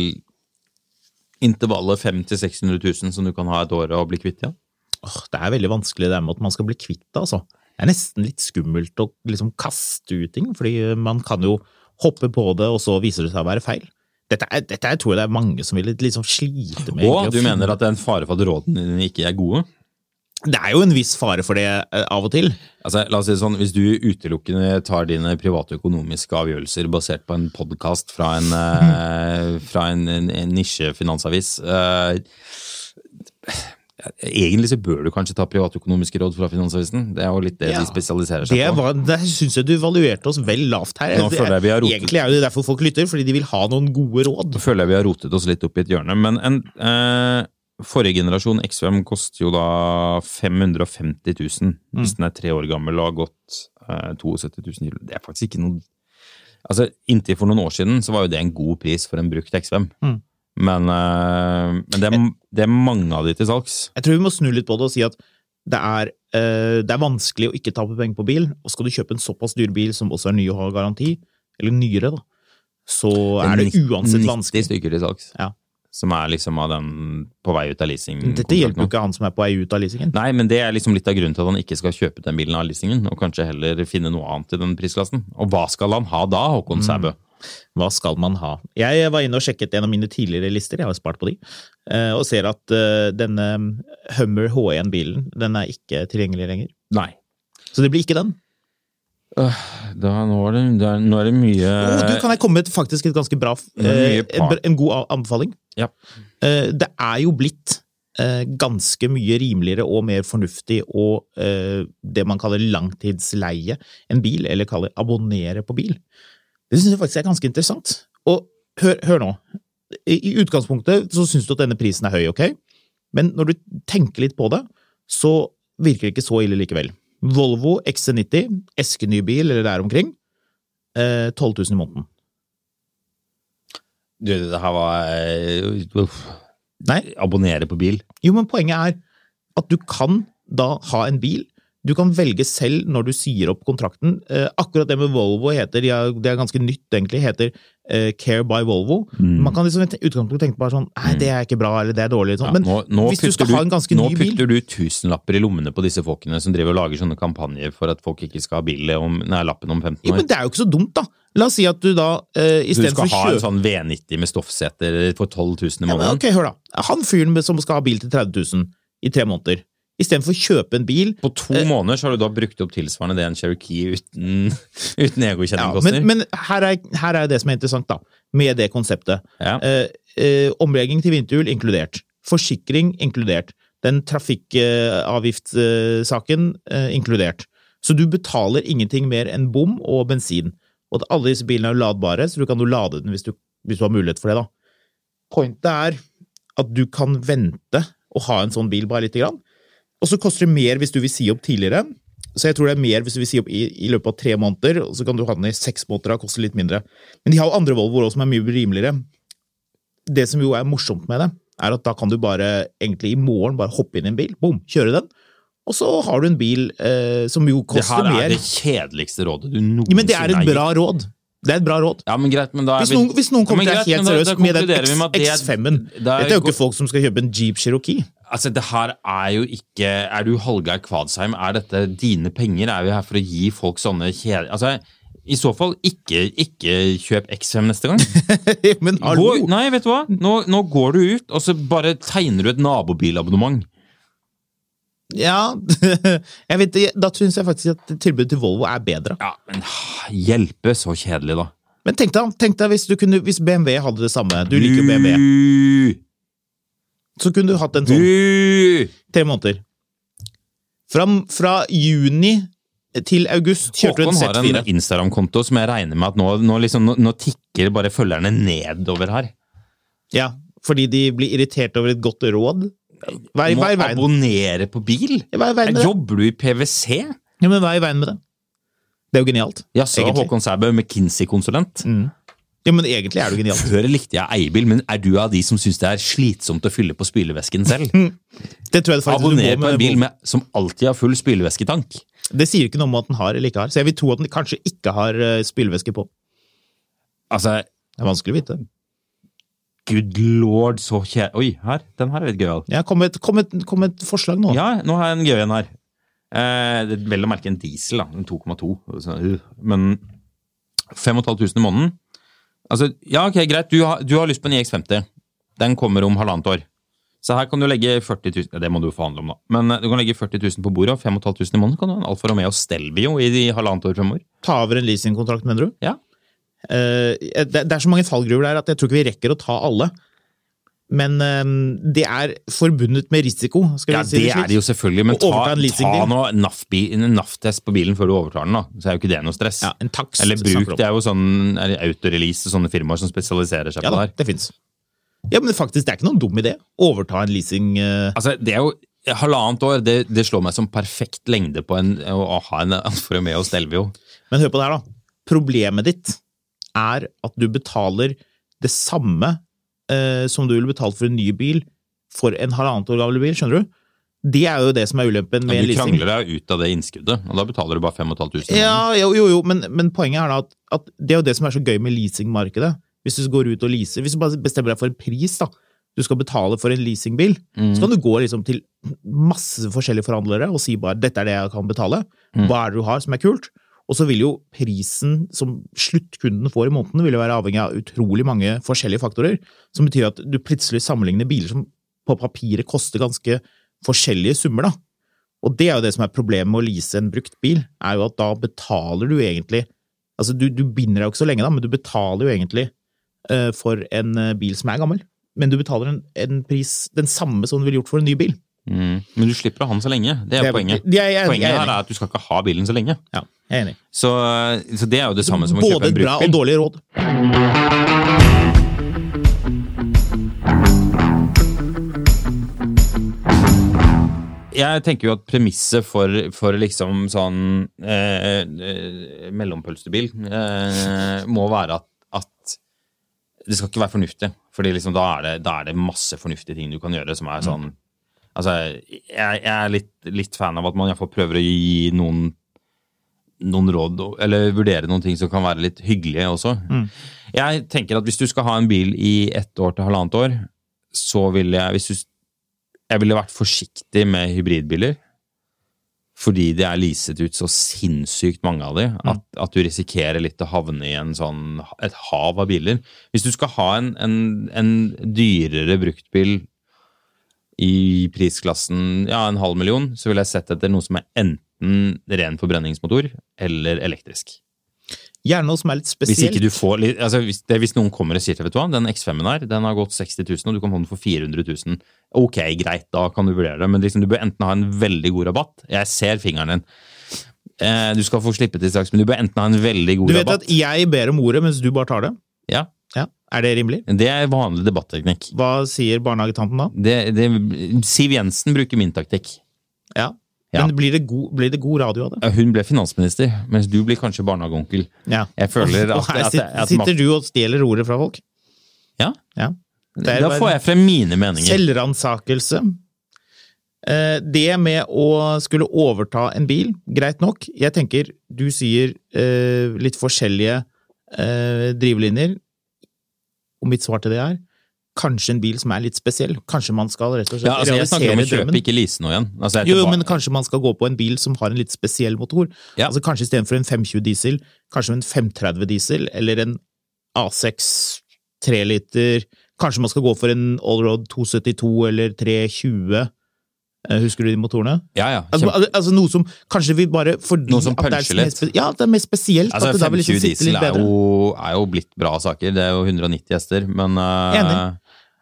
Speaker 3: intervallet 500 000-600 000 som du kan ha et år og bli kvitt igjen?
Speaker 2: Åh, det er veldig vanskelig det med at man skal bli kvitt det, altså. Det er nesten litt skummelt å liksom kaste ut ting, fordi eh, man kan jo hoppe på det, og så viser det seg å være feil. Dette, er, dette er- tror jeg det er mange som vil liksom slite med.
Speaker 3: Og
Speaker 2: egentlig, å
Speaker 3: du
Speaker 2: finne-
Speaker 3: mener at det er en fare for at rådene dine ikke er gode?
Speaker 2: Det er jo en viss fare for det eh, av og til.
Speaker 3: Altså, la oss si det sånn, Hvis du utelukkende tar dine private økonomiske avgjørelser basert på en podkast fra en, eh, fra en, en, en nisjefinansavis eh, Egentlig så bør du kanskje ta privatøkonomiske råd fra Finansavisen. Det er jo litt det
Speaker 2: Ja.
Speaker 3: de spesialiserer seg
Speaker 2: Det,
Speaker 3: på.
Speaker 2: var, det syns jeg du valuerte oss vel lavt her.
Speaker 3: Nå
Speaker 2: Det-
Speaker 3: føler jeg vi har rotet.
Speaker 2: Egentlig er jo det derfor folk lytter, fordi de vil ha noen gode råd.
Speaker 3: Nå føler jeg vi har rotet oss litt opp i et hjørne, men en eh, forrige generasjon X5 koster jo da 550 000
Speaker 2: Mm.
Speaker 3: hvis den er tre år gammel og har gått eh, 72 000 kilo. Det er faktisk ikke noe Altså, inntil for noen år siden så var jo det en god pris for en brukt X5.
Speaker 2: Mm.
Speaker 3: Men, eh, men det, er, det er mange av de til salgs.
Speaker 2: Jeg tror vi må snu litt på det og si at det er, eh, det er vanskelig å ikke tape penger på bil, og skal du kjøpe en såpass dyr bil som også er ny og har garanti, eller nyere, da, så er det uansett
Speaker 3: 90
Speaker 2: vanskelig.
Speaker 3: stykker til salgs.
Speaker 2: Ja.
Speaker 3: Som er liksom av den på vei ut av leasing.
Speaker 2: Dette hjelper jo ikke han som er på vei ut av leasingen.
Speaker 3: Nei, men det er liksom litt av grunnen til at han ikke skal kjøpe den bilen av leasingen, og kanskje heller finne noe annet i den prisklassen. Og hva skal han ha da, Håkon Sæbø?
Speaker 2: Hva skal man ha? Jeg var inne og sjekket en av mine tidligere lister, jeg har spart på de, eh, og ser at eh, denne Hummer H1-bilen, den er ikke tilgjengelig lenger.
Speaker 3: Nei.
Speaker 2: Så det blir ikke den.
Speaker 3: Da, nå, er det, da, nå er det mye
Speaker 2: Oh, du, kan jeg komme med et- faktisk et ganske bra
Speaker 3: Det er mye
Speaker 2: eh, en, br- en god a- anbefaling?
Speaker 3: Ja.
Speaker 2: Eh, Det er jo blitt eh, ganske mye rimeligere og mer fornuftig å eh, det man kaller langtidsleie en bil, eller kaller abonnere på bil. Det syns jeg faktisk er ganske interessant. Og hør, hør nå. I i utgangspunktet så syns du at denne prisen er høy, ok? Men når du tenker litt på det, så virker det ikke så ille likevel. Volvo XC90, eskenybil eller der omkring, eh, 12 000 i måneden.
Speaker 3: Du, det her var eh, uff.
Speaker 2: Nei,
Speaker 3: Abonnere på bil.
Speaker 2: Jo, men poenget er at du kan da ha en bil. Du kan velge selv når du sier opp kontrakten. Eh, akkurat det med Volvo heter, de er, det er ganske nytt egentlig, heter eh, Care by Volvo.
Speaker 3: Mm.
Speaker 2: Man kan liksom i utgangspunktet tenke bare sånn Nei, det er ikke bra, eller det er dårlig. Sånn.
Speaker 3: Ja,
Speaker 2: men
Speaker 3: nå, nå
Speaker 2: hvis du
Speaker 3: putter
Speaker 2: skal ha en ganske
Speaker 3: nå
Speaker 2: ny bil
Speaker 3: putter du tusenlapper i lommene på disse folkene som driver og lager sånne kampanjer for at folk ikke skal ha bil om, nei, lappen om 15
Speaker 2: jo,
Speaker 3: år.
Speaker 2: men Det er jo ikke så dumt, da. La oss si at du da eh,
Speaker 3: Du
Speaker 2: istedenfor å
Speaker 3: skal ha en
Speaker 2: kjøpe
Speaker 3: sånn V90 med stoffseter for 12
Speaker 2: Ja,
Speaker 3: 000 i
Speaker 2: men
Speaker 3: måneden.
Speaker 2: Ok, hør da. Han fyren med- som skal ha bil til 30 000 i tre måneder, istedenfor å kjøpe en bil
Speaker 3: På to måneder så har du da brukt opp tilsvarende det en Cherokee uten, uten egokjenning
Speaker 2: Ja,
Speaker 3: koster.
Speaker 2: men, men her er, her er det som er interessant, da, med det konseptet.
Speaker 3: Ja.
Speaker 2: Eh, eh, omlegging til vinterhjul inkludert. Forsikring inkludert. Den trafikkavgiftssaken eh, inkludert. Så du betaler ingenting mer enn bom og bensin. Og at alle disse bilene er jo ladbare, så du kan jo lade den hvis du, hvis du har mulighet for det, da. Pointet er at du kan vente og ha en sånn bil bare lite grann. Og så koster det mer hvis du vil si opp tidligere. Så jeg tror det er mer hvis du vil si opp i, i løpet av tre måneder, og så kan du ha den i seks måneder og koste litt mindre. Men de har jo andre Volvoer også som er mye rimeligere. Det som jo er morsomt med det, er at da kan du bare egentlig i morgen bare hoppe inn i en bil, bom, kjøre den, og så har du en bil eh, som jo
Speaker 3: Det
Speaker 2: koster
Speaker 3: her er
Speaker 2: mer.
Speaker 3: det kjedeligste rådet du noensinne
Speaker 2: Ja, men det er et bra råd. Det er et bra råd.
Speaker 3: Ja, men greit, men da er
Speaker 2: Hvis
Speaker 3: vi-
Speaker 2: noen, hvis noen
Speaker 3: Ja, men
Speaker 2: kommer til
Speaker 3: greit,
Speaker 2: deg helt
Speaker 3: men da- da
Speaker 2: seriøst med den
Speaker 3: konkluderer vi med at det er-
Speaker 2: X, 5-en
Speaker 3: da er-
Speaker 2: Dette er jo ikke folk som skal kjøpe en Jeep Cherokee.
Speaker 3: Altså, det her er jo ikke Er du Hallgeir Kvadsheim? Er dette dine penger? Er vi her for å gi folk sånne kjeder... Altså, i så fall, ikke, ikke kjøp XM neste gang.
Speaker 2: Men hallo!
Speaker 3: Gå, nei, vet du hva? Nå, nå går du ut, og så bare tegner du et nabobilabonnement.
Speaker 2: Ja, jeg vet, ikke, da syns jeg faktisk at tilbudet til Volvo er bedre.
Speaker 3: Ja, men ah, hjelpe, så kjedelig, da.
Speaker 2: Men tenk deg, tenk deg hvis, du kunne, hvis BMW hadde det samme. Du liker jo BMW. Så kunne du hatt en
Speaker 3: Bu!
Speaker 2: sånn
Speaker 3: Bu!
Speaker 2: tre måneder. Fra, fra juni til august kjørte du
Speaker 3: Håkon
Speaker 2: en
Speaker 3: har
Speaker 2: Z4.
Speaker 3: en Instagram-konto som jeg regner med at nå, nå, liksom, nå, nå tikker bare følgerne nedover her.
Speaker 2: Ja, fordi de blir irritert over et godt råd. Vær,
Speaker 3: Må
Speaker 2: vær i veien.
Speaker 3: abonnere på bil? Eh,
Speaker 2: Vær i veien med det.
Speaker 3: Jobber du i PwC?
Speaker 2: Ja, men vær i veien med det. Det er jo genialt.
Speaker 3: Ja, så
Speaker 2: egentlig.
Speaker 3: Håkon Sæbø, McKinsey-konsulent.
Speaker 2: Ja, men egentlig er det jo genialt.
Speaker 3: Før likte jeg eiebil, men er du av de som syns det er slitsomt å fylle på spylevesken selv?
Speaker 2: Det tror jeg faktisk du
Speaker 3: Abonner
Speaker 2: må
Speaker 3: på en
Speaker 2: med
Speaker 3: bil med, som alltid har full spylevæsketank.
Speaker 2: Det sier ikke noe om at den har eller ikke har, så jeg vil tro at den kanskje ikke har eh, spylevæske på.
Speaker 3: Altså,
Speaker 2: Det er vanskelig å vite.
Speaker 3: good lord, så kjære Oi, her. Den her er litt gøyal.
Speaker 2: Ja, kom med et, kom et, kom et forslag nå.
Speaker 3: Ja, nå har jeg en gøy en her. Eh, det er vel å merke en diesel, da. En 2,2. så, uh, Men 5500 i måneden. Altså, ja, ok, greit. Du har, du har lyst på en IX50. Den kommer om halvannet år. Så her kan du legge 40 000 ja, Det må du forhandle om, da. Men eh, du kan legge 40 000 på bordet, og 5500 i måneden kan du ha en Alfa Romeo Stelvio i de halvannet år, fem år.
Speaker 2: Ta over en leasingkontrakt, mener du?
Speaker 3: Ja.
Speaker 2: Eh, det, det er så mange fallgruver der at jeg tror ikke vi rekker å ta alle. Men eh, det er forbundet med risiko, skal
Speaker 3: Ja,
Speaker 2: vi si
Speaker 3: det
Speaker 2: det slik.
Speaker 3: er det jo selvfølgelig, men
Speaker 2: Å overta
Speaker 3: ta,
Speaker 2: en leasingbil.
Speaker 3: ta nå NAF-bi- en NAF-test på bilen før du overtar den, da. Så er jo ikke det noe stress.
Speaker 2: Ja, en takst
Speaker 3: Eller bruk,
Speaker 2: snakker om.
Speaker 3: det er jo sånn er det autorelease og sånne firmaer som spesialiserer seg
Speaker 2: Ja
Speaker 3: på
Speaker 2: da,
Speaker 3: det her.
Speaker 2: det fins. Ja, men faktisk, det er ikke noen dum idé. Overta en leasing eh,
Speaker 3: Altså, det er jo Halvannet år, det, det slår meg som perfekt lengde på en, å å ha en Alfa Romeo Stelvio.
Speaker 2: Men hør på det her, da. Problemet ditt er at du betaler det samme eh, som du ville betalt for en ny bil for en halvannet år gammel bil, skjønner du? Det er jo det som er ulempen med
Speaker 3: Men
Speaker 2: en
Speaker 3: du
Speaker 2: leasing.
Speaker 3: krangler deg ut av det innskuddet, og da betaler du bare 5500.
Speaker 2: Ja, jo, jo, jo men, men poenget er da at, at det er jo det som er så gøy med leasingmarkedet. Hvis du går ut og leaser, hvis du bare bestemmer deg for en pris da, du skal betale for en leasingbil, så kan du gå liksom til masse forskjellige forhandlere og si bare dette er det jeg kan betale, hva er det du har som er kult? Og så vil jo prisen som sluttkunden får i måneden, vil jo være avhengig av utrolig mange forskjellige faktorer, som betyr at du plutselig sammenligner biler som på papiret koster ganske forskjellige summer, da. Og det er jo det som er problemet med å lease en brukt bil, er jo at da betaler du egentlig Altså, du, du binder deg jo ikke så lenge, da, men du betaler jo egentlig eh, for en eh, bil som er gammel. Men du betaler en, en pris den samme som du ville gjort for en ny bil.
Speaker 3: Mm. Men du slipper å ha den så lenge. Det er
Speaker 2: Det er-
Speaker 3: poenget.
Speaker 2: det- jeg- jeg- jeg er
Speaker 3: poenget her
Speaker 2: enig.
Speaker 3: er at du skal ikke ha bilen så lenge.
Speaker 2: Ja, jeg er enig.
Speaker 3: Så, så det er jo det samme som å
Speaker 2: Både
Speaker 3: kjøpe
Speaker 2: et
Speaker 3: en
Speaker 2: bra og
Speaker 3: brukbil.
Speaker 2: dårlig råd.
Speaker 3: Jeg tenker jo at premisset for, for liksom sånn eh, eh, mellompølsebil eh, må være at, at det skal ikke være fornuftig. Fordi liksom da er, det, da er det masse fornuftige ting du kan gjøre som er sånn Altså, jeg, jeg er litt, litt fan av at man iallfall prøver å gi noen noen råd, og- eller vurdere noen ting som kan være litt hyggelige også. Jeg tenker at hvis du skal ha en bil i ett år til halvannet år, så ville jeg hvis du, Jeg ville vært forsiktig med hybridbiler. Fordi det er leaset ut så sinnssykt mange av de, at, at du risikerer litt å havne i en sånn, et hav av biler. Hvis du skal ha en, en, en dyrere bruktbil i prisklassen ja, en halv million, så ville jeg sett etter noe som er enten ren forbrenningsmotor eller elektrisk.
Speaker 2: Gjerne noe som er litt
Speaker 3: Hvis, ikke
Speaker 2: spesielt.
Speaker 3: du får, litt- altså hvis, det, hvis noen kommer og sier til vet du hva, den X5-en her, den har gått 60 000, og du kan få den for 400 000. Ok, greit, da kan du vurdere det, men liksom, du bør enten ha en veldig god rabatt. Jeg ser fingeren din. Eh, du skal få slippe til straks, men du bør enten ha en veldig
Speaker 2: Du
Speaker 3: god
Speaker 2: vet
Speaker 3: rabatt.
Speaker 2: at jeg ber om ordet, mens du bare tar det?
Speaker 3: Ja.
Speaker 2: Ja. Er det rimelig?
Speaker 3: Det er vanlig debatteknikk.
Speaker 2: Hva sier barnehagetanten da?
Speaker 3: Det, det, Siv Jensen bruker min taktikk.
Speaker 2: Ja.
Speaker 3: Ja.
Speaker 2: Men blir det, god, blir det god radio av det?
Speaker 3: Hun ble finansminister, mens du blir kanskje barnehageonkel.
Speaker 2: Ja.
Speaker 3: Jeg føler
Speaker 2: Og
Speaker 3: at,
Speaker 2: her
Speaker 3: at,
Speaker 2: sit-
Speaker 3: at, at
Speaker 2: sitter du og stjeler ordet fra folk?
Speaker 3: Ja,
Speaker 2: Ja. Det er
Speaker 3: da
Speaker 2: bare
Speaker 3: får jeg frem mine meninger.
Speaker 2: Selvransakelse. Eh, Det med å skulle overta en bil, greit nok. Jeg tenker du sier eh, litt forskjellige eh, drivlinjer. Og mitt svar til det er kanskje en bil som er litt spesiell. Kanskje man skal rett og slett
Speaker 3: Ja, altså, jeg snakker om å kjøpe, ikke lease noe igjen. Altså, jeg er
Speaker 2: Jo,
Speaker 3: tilba-
Speaker 2: men kanskje man skal gå på en bil som har en litt spesiell motor.
Speaker 3: Ja.
Speaker 2: Altså Kanskje istedenfor en 520 diesel, kanskje en 530 diesel, eller en A6 3 liter. Kanskje man skal gå for en Allroad 272 eller 320. Eh, Husker du de motorene?
Speaker 3: ja, ja,
Speaker 2: Altså,
Speaker 3: kjempe-
Speaker 2: al- altså noe som kanskje vi bare fordi
Speaker 3: Noe som
Speaker 2: at det er
Speaker 3: puncher
Speaker 2: mer spe- Ja, det er mer spesielt.
Speaker 3: Altså,
Speaker 2: at det da vil liksom
Speaker 3: 520
Speaker 2: sitte
Speaker 3: diesel
Speaker 2: litt
Speaker 3: er
Speaker 2: bedre.
Speaker 3: jo, er jo blitt bra saker. Det er jo 190 hester, men eh,
Speaker 2: Enig.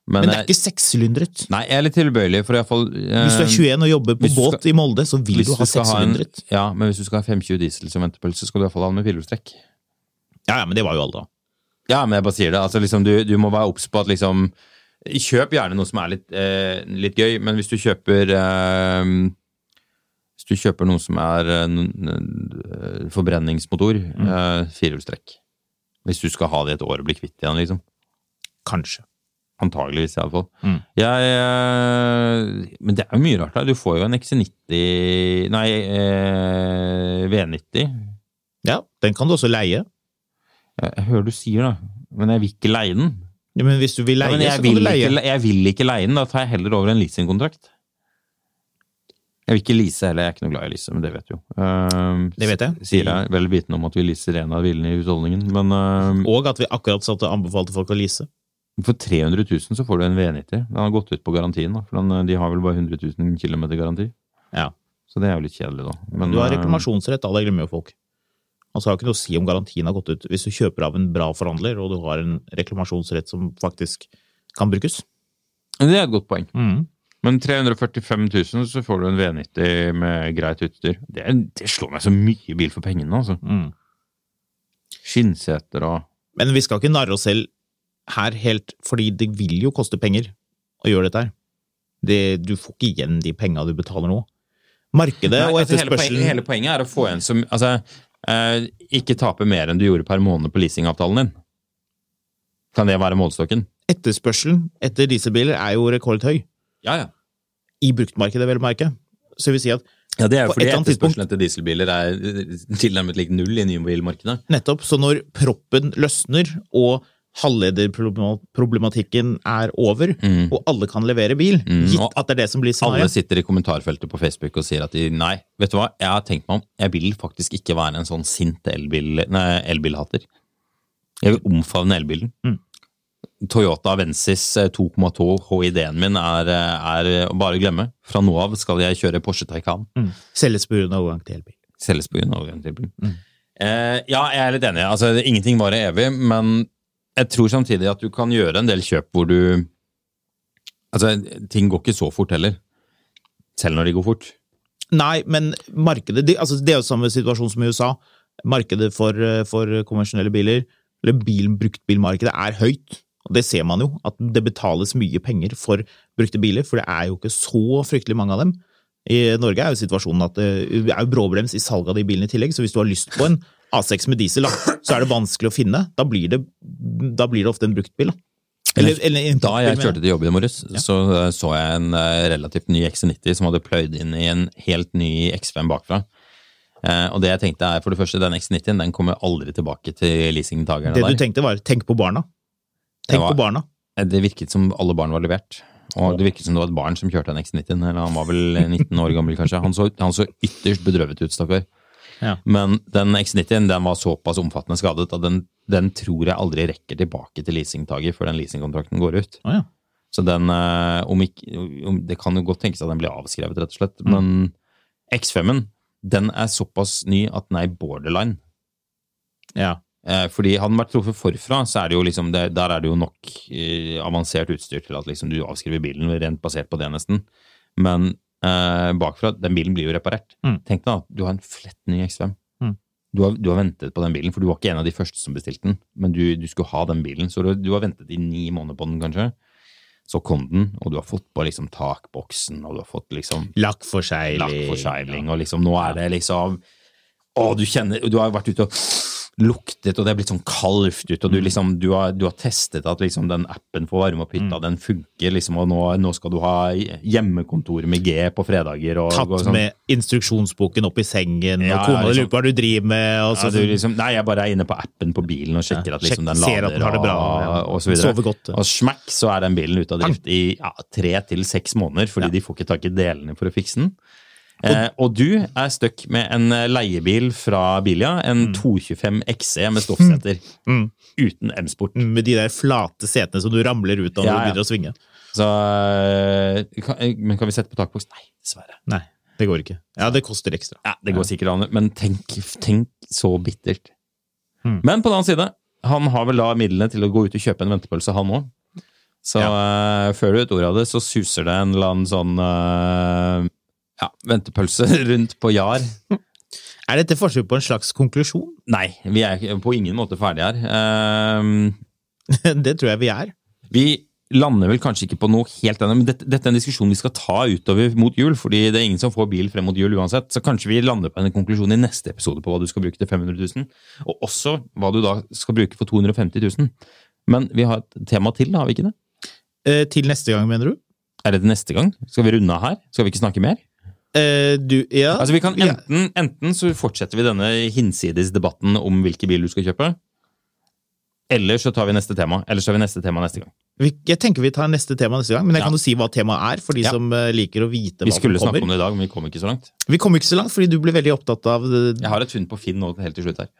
Speaker 3: Men,
Speaker 2: Men det er
Speaker 3: jeg-
Speaker 2: ikke sekssylindret.
Speaker 3: Nei, jeg er litt tilbøyelig for iallfall
Speaker 2: Hvis du er 21 og jobber på
Speaker 3: hvis du
Speaker 2: båt i
Speaker 3: skal-
Speaker 2: Molde, så vil
Speaker 3: eh, Hvis
Speaker 2: du ha
Speaker 3: skal ha en-
Speaker 2: sekssylindret.
Speaker 3: Ja, men hvis du skal ha 520 diesel som ventepølse, så skal du iallfall ha den med firehjulstrekk.
Speaker 2: Ja, ja, men det var jo alle, da.
Speaker 3: Ja, men jeg bare sier det. Altså, liksom, du, du må være obs på at liksom Kjøp gjerne noe som er litt, eh, litt gøy, men hvis du kjøper eh, Hvis du kjøper noe som er eh, n- n- forbrenningsmotor,
Speaker 2: Mm.
Speaker 3: eh, firehjulstrekk Hvis du skal ha det et år og bli kvitt igjen, liksom.
Speaker 2: Kanskje.
Speaker 3: Antageligvis, iallfall.
Speaker 2: Mm.
Speaker 3: Jeg eh, Men det er jo mye rart der. Du får jo en XC90 Nei, eh, V90.
Speaker 2: Ja, den kan du også leie.
Speaker 3: Jeg, jeg hører du sier det, men jeg vil ikke leie den.
Speaker 2: Ja, men hvis du vil
Speaker 3: Ja,
Speaker 2: leie,
Speaker 3: men jeg,
Speaker 2: så kan
Speaker 3: vil
Speaker 2: du leie.
Speaker 3: Ikke, jeg vil ikke leie den, da tar jeg heller over en leasingkontrakt. Jeg vil ikke lease heller, jeg er ikke noe glad i å lease, men det vet du jo. Ehm,
Speaker 2: Det vet jeg.
Speaker 3: Sier jeg, vel vitende om at vi leaser en av bilene i husholdningen, men ehm,
Speaker 2: Mm. Og at vi akkurat satt og anbefalte folk å lease.
Speaker 3: for 300 000 så får du en V90. Den har gått ut på garantien, da, for den, eh, de har vel bare 100 000 km garanti.
Speaker 2: Ja.
Speaker 3: Så det er jo litt kjedelig, da. Men,
Speaker 2: Du har
Speaker 3: ehm,
Speaker 2: reklamasjonsrett, da. Det glemmer jo folk. Altså, det har ikke noe å si om garantien har gått ut. Hvis du kjøper av en bra forhandler, og du har en reklamasjonsrett som faktisk kan brukes.
Speaker 3: Det er et godt poeng. Men 345 000 så får du en V90 med greit utstyr. Det, er- det slår meg så mye bil for pengene, altså.
Speaker 2: Mm.
Speaker 3: Skinnseter og
Speaker 2: Men vi skal ikke narre oss selv her helt, fordi det vil jo koste penger å gjøre dette her. Det, du får ikke igjen de penga du betaler nå. Markedet
Speaker 3: Nei,
Speaker 2: og
Speaker 3: altså, hele,
Speaker 2: etterspørselen
Speaker 3: poenget, hele poenget er å få en som altså, eh, ikke tape mer enn du gjorde per måned på leasingavtalen din. Kan det være målestokken?
Speaker 2: Etterspørselen etter dieselbiler er jo rekordhøy.
Speaker 3: Ja, ja.
Speaker 2: I bruktmarkedet, vel å merke. Så det vil si at
Speaker 3: Ja, Det er jo
Speaker 2: På et
Speaker 3: fordi
Speaker 2: eller annet
Speaker 3: etterspørselen etter dieselbiler er eh, tilnærmet lik null i nybilmarkedet.
Speaker 2: Nettopp. Så når proppen løsner og halvlederproblematikken er over, og alle kan levere bil,
Speaker 3: Mm, og
Speaker 2: gitt at det er det som blir
Speaker 3: Alle
Speaker 2: scenarioet
Speaker 3: sitter i kommentarfeltet på Facebook og sier at de nei, vet du hva, jeg har tenkt meg om, jeg vil faktisk ikke være en sånn sint elbil, nei, elbilhater. Jeg vil omfavne elbilen.
Speaker 2: Mm.
Speaker 3: Toyota Avensis eh, 2,2 HID-en min er, eh, er å bare glemme. Fra nå av skal jeg kjøre Porsche Taycan.
Speaker 2: mm. Selges på grunn av overgang til elbil.
Speaker 3: Selges på grunn av overgangstilbud.
Speaker 2: Mm.
Speaker 3: Eh, ja, jeg er litt enig. Altså, ingenting varer evig, men jeg tror samtidig at du kan gjøre en del kjøp hvor du Altså, ting går ikke så fort heller. Selv når de går fort.
Speaker 2: Nei, men markedet de, altså Det er jo samme situasjon som i USA. Markedet for, eh, for konvensjonelle biler, eller bilen, bruktbilmarkedet, er høyt. Og Det ser man jo, at det betales mye penger for brukte biler, for det er jo ikke så fryktelig mange av dem. I Norge er jo situasjonen at eh, det er jo bråbrems i salget av de bilene i tillegg, så hvis du har lyst på en A6 med diesel, da, så er det vanskelig å finne. Da blir det, da blir det ofte en bruktbil. da. Eller, eller en
Speaker 3: Da jeg
Speaker 2: bruktbil, mener
Speaker 3: kjørte til jobb i morges, så eh, så jeg en eh, relativt ny XC90 som hadde pløyd inn i en helt ny X5 bakfra. Eh, og det jeg tenkte er, for det første, den X90-en den kommer aldri tilbake til leasingtakerne
Speaker 2: Det du
Speaker 3: der.
Speaker 2: tenkte var 'tenk på barna'. Tenk
Speaker 3: var-
Speaker 2: på barna.
Speaker 3: Eh, Det virket som alle barn var levert. Og det virket som det var et barn som kjørte en X90-en. Eller han var vel 19 år gammel, kanskje. Han så, han så ytterst bedrøvet ut, stakkar.
Speaker 2: Ja.
Speaker 3: Men den X90-en den var såpass omfattende skadet at den, den tror jeg aldri rekker tilbake til leasingtaker før den leasingkontrakten går ut.
Speaker 2: Å ja.
Speaker 3: Så den eh, om ikke, om, Det kan jo godt tenkes at den blir avskrevet, rett og slett. Men X5-en den er såpass ny at den er i borderline.
Speaker 2: ja.
Speaker 3: Eh, fordi hadde den vært truffet forfra, så er det jo liksom, det, der er det jo nok eh, avansert utstyr til at liksom du avskriver bilen rent basert på det, nesten. Men eh, bakfra, den bilen blir jo reparert.
Speaker 2: Mm.
Speaker 3: Tenk deg at du har en flett ny X5.
Speaker 2: Mm.
Speaker 3: Du har, du har ventet på den bilen, for du var ikke en av de første som bestilte den. Men du, du skulle ha den bilen, så du, du har ventet i ni måneder på den, kanskje. Så kom den, og du har fått på liksom takboksen, og du har fått liksom
Speaker 2: Lakkforsegling.
Speaker 3: lakkforsegling, og liksom nå er det liksom Å, du kjenner Du har vært ute og luktet, og det er blitt sånn kald luft ut, og
Speaker 2: Mm.
Speaker 3: du liksom Du har, du har testet at liksom den appen for å varme opp
Speaker 2: Mm.
Speaker 3: hytta, den funker, liksom, og nå, nå skal du ha hjemmekontor med G på fredager og
Speaker 2: Tatt
Speaker 3: og sånn.
Speaker 2: med instruksjonsboken opp i sengen,
Speaker 3: Ja,
Speaker 2: og kona
Speaker 3: ja, liksom.
Speaker 2: lurer på hva du driver med. Og så,
Speaker 3: Ja, du liksom, nei, jeg bare er inne på appen på bilen og sjekker
Speaker 2: Ja,
Speaker 3: at liksom
Speaker 2: sjekk-
Speaker 3: den
Speaker 2: ser
Speaker 3: lader
Speaker 2: at den har det bra, ja.
Speaker 3: og, og så videre.
Speaker 2: Sover godt.
Speaker 3: Og smack, så er den bilen ute av drift i ja, tre til seks måneder, fordi de får ikke tak i delene for å fikse den. Eh, og du er stuck med en eh, leiebil fra Bilia,
Speaker 2: Mm.
Speaker 3: en 225 XE med stoffseter. Uten M-sport.
Speaker 2: med de der flate setene som du ramler ut av når
Speaker 3: Ja, ja.
Speaker 2: du begynner å svinge.
Speaker 3: Så, eh, kan, eh, men kan vi sette på takboks? Nei, dessverre.
Speaker 2: Nei, det går ikke. Ja, det koster ekstra.
Speaker 3: Ja, det går sikkert an, men tenk, tenk så bittert. Men på den annen side, han har vel da midlene til å gå ut og kjøpe en ventepølse, han òg. Så eh, før du vet ordet av det, så suser det en eller annen sånn eh, ja, ventepølse rundt på Jar.
Speaker 2: Er dette forsøk på en slags konklusjon?
Speaker 3: Nei, vi er ikke- på ingen måte ferdige her. Eh,
Speaker 2: det tror jeg vi er.
Speaker 3: Vi lander vel kanskje ikke på noe helt annet, men dette, dette er en diskusjon vi skal ta utover mot jul, fordi det er ingen som får bil frem mot jul uansett. Så kanskje vi lander på en konklusjon i neste episode på hva du skal bruke til 500 000, og også hva du da skal bruke for 250 000. Men vi har et tema til, har vi ikke det?
Speaker 2: Eh, til neste gang, mener du?
Speaker 3: Er det til neste gang? Skal vi runde av her? Skal vi ikke snakke mer?
Speaker 2: Eh, du, ja.
Speaker 3: Altså vi kan
Speaker 2: Ja.
Speaker 3: enten, enten så fortsetter vi denne hinsides debatten om hvilke bil du skal kjøpe, eller så tar vi neste tema. Eller så tar vi neste tema neste gang.
Speaker 2: Vi, jeg tenker vi tar neste tema neste gang, men jeg
Speaker 3: Ja.
Speaker 2: kan jo si hva temaet er, for de
Speaker 3: Ja.
Speaker 2: som eh, liker å vite
Speaker 3: Vi
Speaker 2: hva som
Speaker 3: skulle
Speaker 2: kommer.
Speaker 3: snakke om det i dag, men vi kom ikke så langt.
Speaker 2: Vi kom ikke så langt, fordi du ble veldig opptatt av eh, det.
Speaker 3: Jeg har et funn på Finn nå helt til slutt her.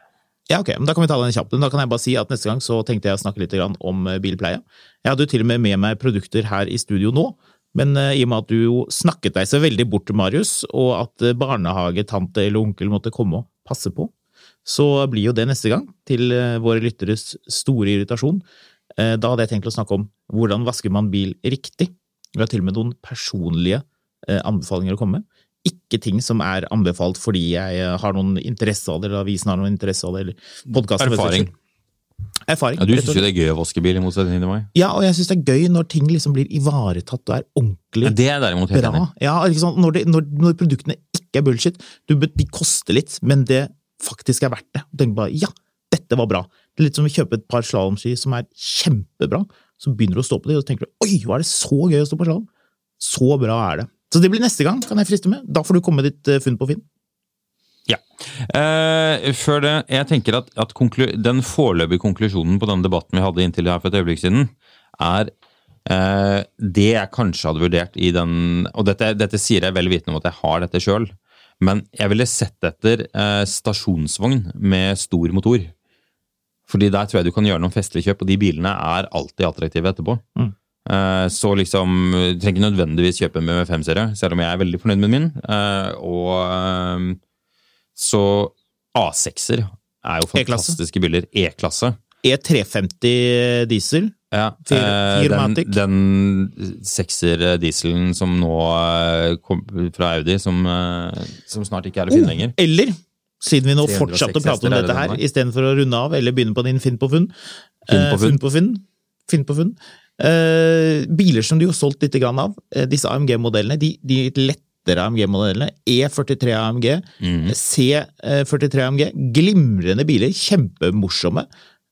Speaker 2: Ja, ok, men Da kan vi ta den kjapt. Men Da kan jeg bare si at Neste gang så tenkte jeg å snakke litt grann om eh, bilpleie. Jeg hadde jo til og med med meg produkter her i studio nå, men eh, i og med at du jo snakket deg så veldig bort, Marius, og at eh, barnehagetante eller onkel måtte komme og passe på, så blir jo det neste gang, til eh, våre lytteres store irritasjon. Eh, Da hadde jeg tenkt å snakke om hvordan vasker man bil riktig. Vi har til og med noen personlige eh, anbefalinger å komme med. Ikke ting som er anbefalt fordi jeg eh, har noen interesse av det, eller avisen har noen interesse av det, eller podkasten
Speaker 3: Erfaring.
Speaker 2: Erfaring.
Speaker 3: Ja, du
Speaker 2: rett og
Speaker 3: syns
Speaker 2: slett.
Speaker 3: jo det er gøy å vaske bil, i motsetning til meg.
Speaker 2: Ja, og jeg syns det er gøy når ting liksom blir ivaretatt og er ordentlig
Speaker 3: Ja, det er jeg derimot helt enig
Speaker 2: bra.
Speaker 3: i.
Speaker 2: Ja, ikke sant? Når, det, når, når produktene ikke er bullshit, du, be- de koster litt, men det faktisk er verdt det. Og tenk bare ja, dette var bra. Det er litt som å kjøpe et par slalåmski som er kjempebra, så begynner du å stå på dem, og så tenker du oi, var det så gøy å stå på slalåm? Så bra er det. Så det blir neste gang, kan jeg friste med. Da får du komme med ditt eh, funn på Finn.
Speaker 3: Ja. Eh, før det, jeg tenker at, at konklu den foreløpige konklusjonen på denne debatten vi hadde inntil her for et øyeblikk siden, er eh, det jeg kanskje hadde vurdert i den Og dette, dette sier jeg vel vitende om at jeg har dette sjøl, men jeg ville sett etter eh, stasjonsvogn med stor motor. Fordi der tror jeg du kan gjøre noen festlige kjøp, og de bilene er alltid attraktive etterpå. Eh, Så liksom Du trenger ikke nødvendigvis kjøpe en BMW 5-serie, selv om jeg er veldig fornøyd med min. Eh, Og eh, så A6-er er jo
Speaker 2: E-klasse.
Speaker 3: fantastiske biler. E-klasse.
Speaker 2: E350 E diesel.
Speaker 3: Ja,
Speaker 2: Fire-
Speaker 3: eh, den,
Speaker 2: firematic.
Speaker 3: den sekser-dieselen som nå eh, kom fra Audi, som, eh, som snart ikke er å finne lenger.
Speaker 2: Eller, siden vi nå
Speaker 3: 306
Speaker 2: fortsatte å prate om
Speaker 3: hester, er det
Speaker 2: dette
Speaker 3: den
Speaker 2: her,
Speaker 3: der?
Speaker 2: istedenfor å runde av eller begynne på din Finn på funn
Speaker 3: Finn på
Speaker 2: eh,
Speaker 3: funn.
Speaker 2: Finn på funn. Finn på funn. Eh, biler som du har solgt litt grann av, eh, disse AMG-modellene, de, de litt lettere AMG-modellene, E43 AMG,
Speaker 3: Mm.
Speaker 2: C43 AMG, glimrende biler, kjempemorsomme.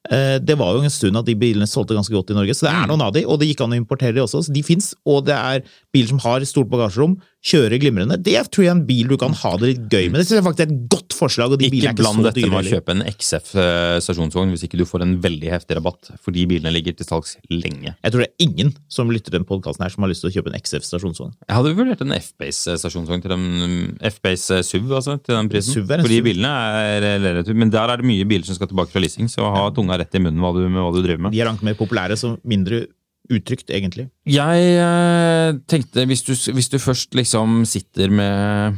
Speaker 2: Eh, Det var jo en stund at de bilene solgte ganske godt i Norge, så det
Speaker 3: Mm.
Speaker 2: er noen av de, og det gikk an å importere de også, så de fins. Og det er biler som har stort bagasjerom, kjører glimrende. Det tror jeg er en bil du kan ha det litt gøy med. Det synes jeg faktisk er et godt forslag, og de
Speaker 3: Ikke
Speaker 2: bilene er ikke
Speaker 3: bland
Speaker 2: så
Speaker 3: dette
Speaker 2: dyre.
Speaker 3: med å
Speaker 2: heller.
Speaker 3: kjøpe en XF eh, stasjonsvogn hvis ikke du får en veldig heftig rabatt, for de bilene ligger til salgs lenge.
Speaker 2: Jeg tror det er ingen som lytter til denne podkasten her som har lyst til å kjøpe en XF stasjonsvogn.
Speaker 3: Jeg hadde vurdert en F-Base eh, stasjonsvogn til den F-Base SUV, altså, til den prisen.
Speaker 2: SUV er en
Speaker 3: Fordi
Speaker 2: SUV.
Speaker 3: bilene er relativt Men der er det mye biler som skal tilbake fra leasing, så ha tunga rett i munnen hva du, med hva du driver med.
Speaker 2: De er langt mer populære, så mindre uttrykt, egentlig.
Speaker 3: Jeg eh, tenkte, hvis du, hvis du først liksom sitter med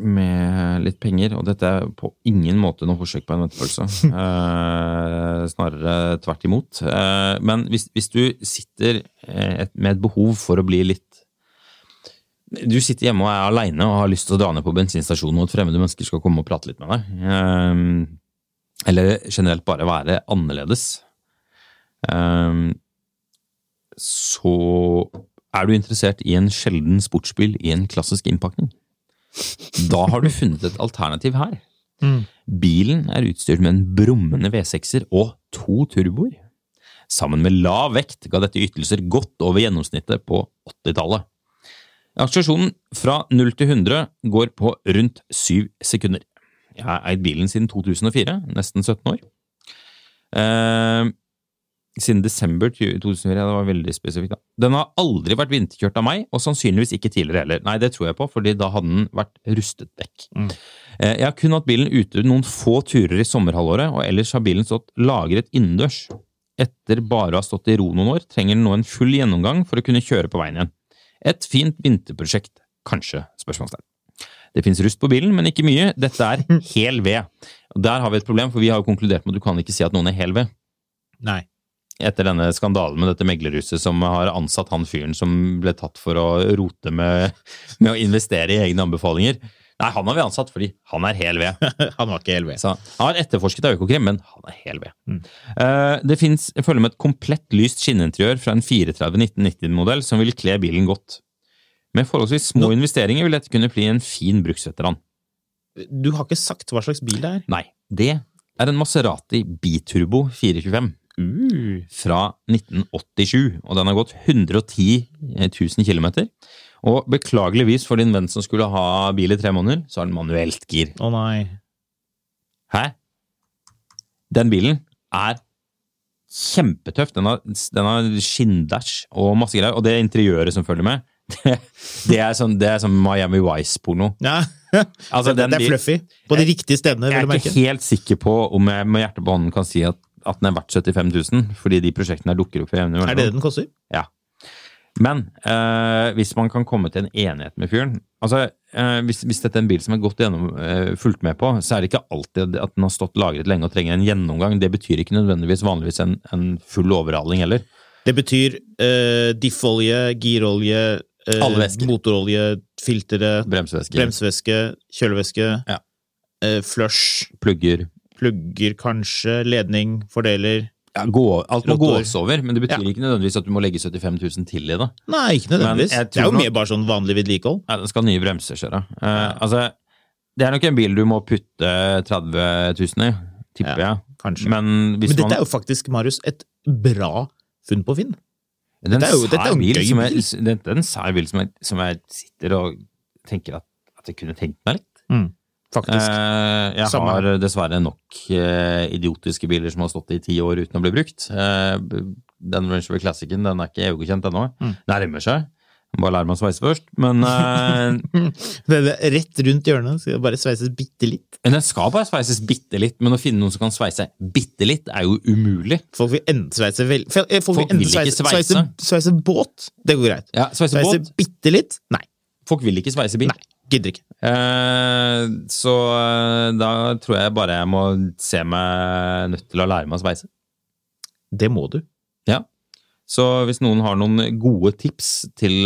Speaker 3: med litt penger, og dette er på ingen måte noe forsøk på en ventepølse. eh, snarere tvert imot. Eh, men hvis, hvis du sitter eh, et, med et behov for å bli litt Du sitter hjemme og er aleine og har lyst til å dra ned på bensinstasjonen og at fremmede mennesker skal komme og prate litt med deg. Ehm, Eller generelt bare være annerledes. Ehm, Så er du interessert i en sjelden sportsbil i en klassisk innpakning. Da har du funnet et alternativ her. Bilen er utstyrt med en brummende V6-er og to turboer. Sammen med lav vekt ga dette ytelser godt over gjennomsnittet på 80-tallet. Akselerasjonen fra 0 til 100 går på rundt 7 sekunder. Jeg har eid bilen siden 2004, nesten 17 år. Eh, siden desember 2004, ja, det var veldig spesifikt da. Den har aldri vært vinterkjørt av meg, og sannsynligvis ikke tidligere heller. Nei, det tror jeg på, fordi da hadde den vært rustet vekk. Eh, Jeg har kun hatt bilen ute noen få turer i sommerhalvåret, og ellers har bilen stått lagret innendørs. Etter bare å ha stått i ro noen år, trenger den nå en full gjennomgang for å kunne kjøre på veien igjen. Et fint vinterprosjekt, kanskje? spørsmålstegn. Det finnes rust på bilen, men ikke mye. Dette er hel ved. Og Der har vi et problem, for vi har jo konkludert med at du kan ikke si at noen er hel ved
Speaker 2: Nei.
Speaker 3: etter denne skandalen med dette meglerhuset som har ansatt han fyren som ble tatt for å rote med, med å investere i egne anbefalinger. Nei, han har vi ansatt fordi han er hel ved.
Speaker 2: Han var ikke Mm. LV.
Speaker 3: Så han har etterforsket av Økokrim, men han er hel ved. Eh, det fins, følger med et komplett lyst skinninteriør fra en 34 1990-modell som vil kle bilen godt. Med forholdsvis små investeringer vil dette kunne bli en fin bruksveteran.
Speaker 2: Du har ikke sagt hva slags bil det er?
Speaker 3: Nei, det er en Maserati Biturbo 425 fra 1987, og den har gått 110 000 km. Og beklageligvis for din venn som skulle ha bil i tre måneder, så har den manuelt gir.
Speaker 2: Å nei.
Speaker 3: Hæ? Den bilen er kjempetøff. Den har, den har skinndæsj og masse greier, og det interiøret som følger med, det, det er sånn det er sånn Miami Vice-porno.
Speaker 2: Ja.
Speaker 3: Altså,
Speaker 2: det,
Speaker 3: den
Speaker 2: det er
Speaker 3: bil-
Speaker 2: fluffy. På de riktige stedene,
Speaker 3: Jeg
Speaker 2: vil du
Speaker 3: er
Speaker 2: merke.
Speaker 3: ikke helt sikker på om jeg med hjertet på hånden kan si at, at den er verdt 75 000, fordi de prosjektene her dukker opp for jevne
Speaker 2: Er det det den koster?
Speaker 3: Ja. Men eh, hvis man kan komme til en enighet med fyren altså eh, hvis, hvis dette er en bil som er godt gjennom, eh, fulgt med på, så er det ikke alltid at den har stått lagret lenge og trenger en gjennomgang. Det betyr ikke nødvendigvis vanligvis en, en full overhaling heller.
Speaker 2: Det betyr eh, diffolje, girolje, eh,
Speaker 3: Alle væsker.
Speaker 2: motorolje, filtre,
Speaker 3: Bremsevæsker,
Speaker 2: bremsevæske, kjølevæske,
Speaker 3: Ja.
Speaker 2: eh, flush,
Speaker 3: plugger
Speaker 2: plugger kanskje, ledning, fordeler.
Speaker 3: ja, gå, Alt må
Speaker 2: Rotor.
Speaker 3: gås over, men det betyr
Speaker 2: Ja.
Speaker 3: ikke nødvendigvis at du må legge 75 000 til i det.
Speaker 2: Nei, ikke nødvendigvis.
Speaker 3: Men jeg
Speaker 2: Det er
Speaker 3: tror
Speaker 2: jo
Speaker 3: nok-
Speaker 2: mer bare sånn vanlig vedlikehold.
Speaker 3: Ja, den skal ha nye bremser, ser jeg. Eh, altså, det er nok en bil du må putte 30 000 i, tipper
Speaker 2: Ja,
Speaker 3: jeg.
Speaker 2: kanskje.
Speaker 3: Men hvis
Speaker 2: Men dette
Speaker 3: man
Speaker 2: er jo faktisk, Marius, et bra funn på Finn.
Speaker 3: Det
Speaker 2: dette er jo- dette er jo en gøy
Speaker 3: som
Speaker 2: bil.
Speaker 3: jeg, det er en sær bil som jeg, som jeg sitter og tenker at, at jeg kunne tenkt meg litt.
Speaker 2: Faktisk.
Speaker 3: Eh, jeg
Speaker 2: Samme
Speaker 3: har dessverre nok eh, idiotiske biler som har stått i ti år uten å bli brukt. Eh, b- den Range Rover Classicen den er ikke EU-godkjent ennå.
Speaker 2: Mm.
Speaker 3: Den nærmer seg. Bare lære meg å sveise først. Men eh,
Speaker 2: Hmm. Det er Rett rundt hjørnet, skal det bare sveises bitte litt.
Speaker 3: Men den skal bare sveises bitte litt, men å finne noen som kan sveise bitte litt, er jo umulig.
Speaker 2: Folk vil enten sveise vel... Folk, eh, folk
Speaker 3: Folk
Speaker 2: vil enten
Speaker 3: vil ikke
Speaker 2: sveise, sveise,
Speaker 3: sveise.
Speaker 2: sveise båt. Det går greit.
Speaker 3: Ja, sveise
Speaker 2: sveise
Speaker 3: båt.
Speaker 2: bitte litt? Nei.
Speaker 3: Folk vil ikke sveise bil.
Speaker 2: Nei. Gidder ikke.
Speaker 3: Eh, så eh, da tror jeg bare jeg må se meg nødt til å lære meg å sveise.
Speaker 2: Det må du.
Speaker 3: Ja. Så hvis noen har noen gode tips til,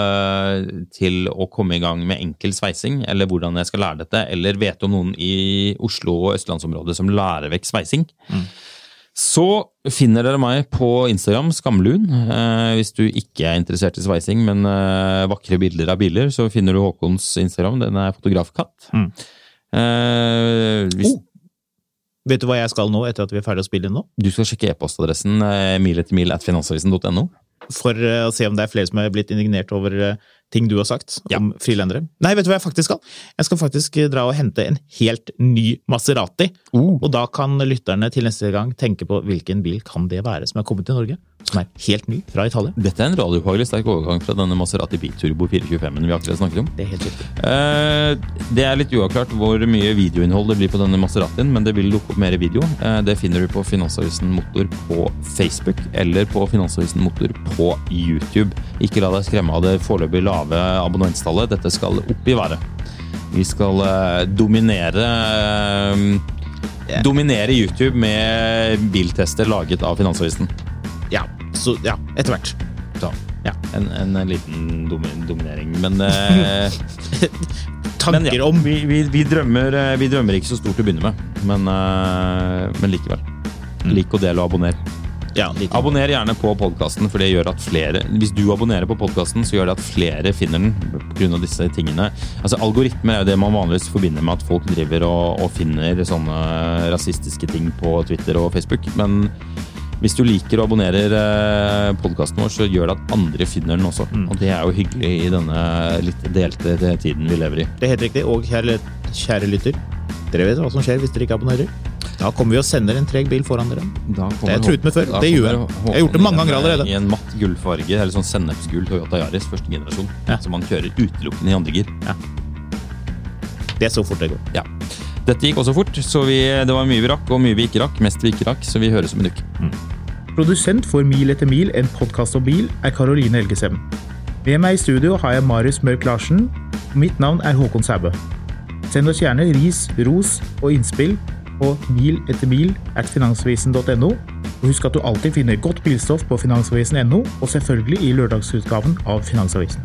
Speaker 3: eh, til å komme i gang med enkel sveising, eller hvordan jeg skal lære dette, eller vet om noen i Oslo og østlandsområdet som lærer vekk sveising, så finner dere meg på Instagram, Skamlun. Eh, hvis du ikke er interessert i sveising, men eh, vakre bilder av biler, så finner du Håkons Instagram. Den er fotografkatt. Eh, hvis
Speaker 2: Oh. Vet du hva jeg skal nå etter at vi er ferdig å spille inn nå?
Speaker 3: du skal sjekke e-postadressen eh, miletermil.finansavisen.no.
Speaker 2: For eh, å se om det er flere som er blitt indignert over eh, ting du har sagt
Speaker 3: Ja.
Speaker 2: om frilandere. Nei, vet du hva jeg faktisk skal? Jeg skal faktisk eh, dra og hente en helt ny Maserati.
Speaker 4: Oh.
Speaker 2: Og da kan lytterne til neste gang tenke på hvilken bil kan det være som er kommet til Norge, som er helt ny fra Italia.
Speaker 3: Dette er en radiofaglig sterk overgang fra denne Maserati Biturbo 425-en vi akkurat snakket om.
Speaker 2: Det er helt riktig.
Speaker 3: Eh, det er litt uavklart hvor mye videoinnhold det blir på denne Maseratien, men det vil dukke opp mer video. Eh, det finner du på Finansavisen Motor på Facebook eller på Finansavisen Motor på YouTube. Ikke la deg skremme av det foreløpig lave abonnentstallet. Dette skal opp i været. Vi skal eh, dominere eh, Dominere YouTube med biltester laget av Finansavisen.
Speaker 2: Ja, så ja, etter hvert.
Speaker 3: Så.
Speaker 4: Ja.
Speaker 3: En, en, eh, liten domi- dominering. Men, eh, men
Speaker 4: Tanker
Speaker 3: ja,
Speaker 4: om
Speaker 3: vi, vi, vi, drømmer, eh, vi drømmer ikke så stort til å begynne med, men, eh, men likevel. Lik og del og abonner.
Speaker 4: Ja, litt.
Speaker 3: Abonner gjerne på podkasten, for det gjør at flere Hvis du abonnerer på podkasten, så gjør det at flere finner den pga. disse tingene. Altså, algoritmer er jo det man vanligvis forbinder med at folk driver og, og finner sånne rasistiske ting på Twitter og Facebook, men hvis du liker og abonnerer eh, podkasten vår, så gjør det at andre finner den også. Og det er jo hyggelig i denne litt delte tiden vi lever i.
Speaker 4: Det er helt riktig. Og kjære, kjære lytter, dere vet hva som skjer hvis dere ikke abonnerer. Da kommer vi og sender en treg bil foran dere.
Speaker 3: Da kommer
Speaker 4: Det har jeg truet med før.
Speaker 3: Hå- da
Speaker 4: Det gjør jeg.
Speaker 3: kommer
Speaker 4: Jeg har
Speaker 3: Håkon
Speaker 4: gjort det
Speaker 3: i
Speaker 4: mange
Speaker 3: en-
Speaker 4: ganger allerede.
Speaker 3: I en matt gullfarge, eller sånn sennepsgul Toyota Yaris, første generasjon.
Speaker 4: Ja.
Speaker 3: Som man kjører utelukkende i andre gir.
Speaker 4: Det er så fort det går.
Speaker 3: Ja. Dette gikk også fort, så vi, det var mye vi rakk, og mye vi ikke rakk. Mest vi ikke rakk, så vi høres om en uke.
Speaker 2: Produsent for Mil etter mil, en podkast om bil, er Karoline Helgesem. Med meg i studio har jeg Marius Mørk Larsen. og Mitt navn er Håkon Sæbø. Send oss gjerne ris, ros og innspill på mil etter mil at finansvisen.no. Og husk at du alltid finner godt bilstoff på finansavisen.no, og selvfølgelig i lørdagsutgaven av Finansavisen.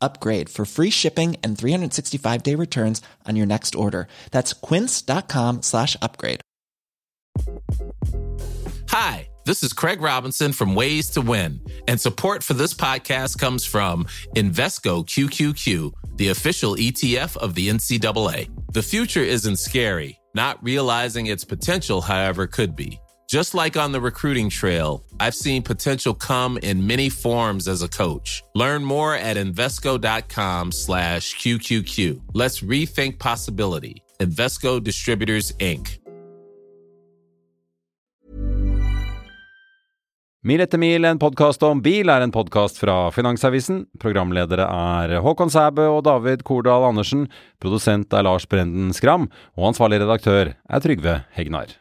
Speaker 5: upgrade for free shipping and 365 day returns on your next order. That's quince.com slash upgrade.
Speaker 6: Hi, this is Craig Robinson from Ways to Win, and support for this podcast comes from Invesco QQQ, the official ETF of the NCAA. The future isn't scary, not realizing its potential, however, could be. Just like on the recruiting trail, I've seen potential come in many forms as a coach. Learn more at Invesco.com slash QQQ. Let's rethink possibility. Invesco Distributors, Inc.
Speaker 7: Mil etter mil, en podkast om bil, er en podkast fra Finansavisen. Programledere er Håkon Sæbø og David Kordal Andersen. Produsent er Lars Brenden Skram. Og ansvarlig redaktør er Trygve Hegnar.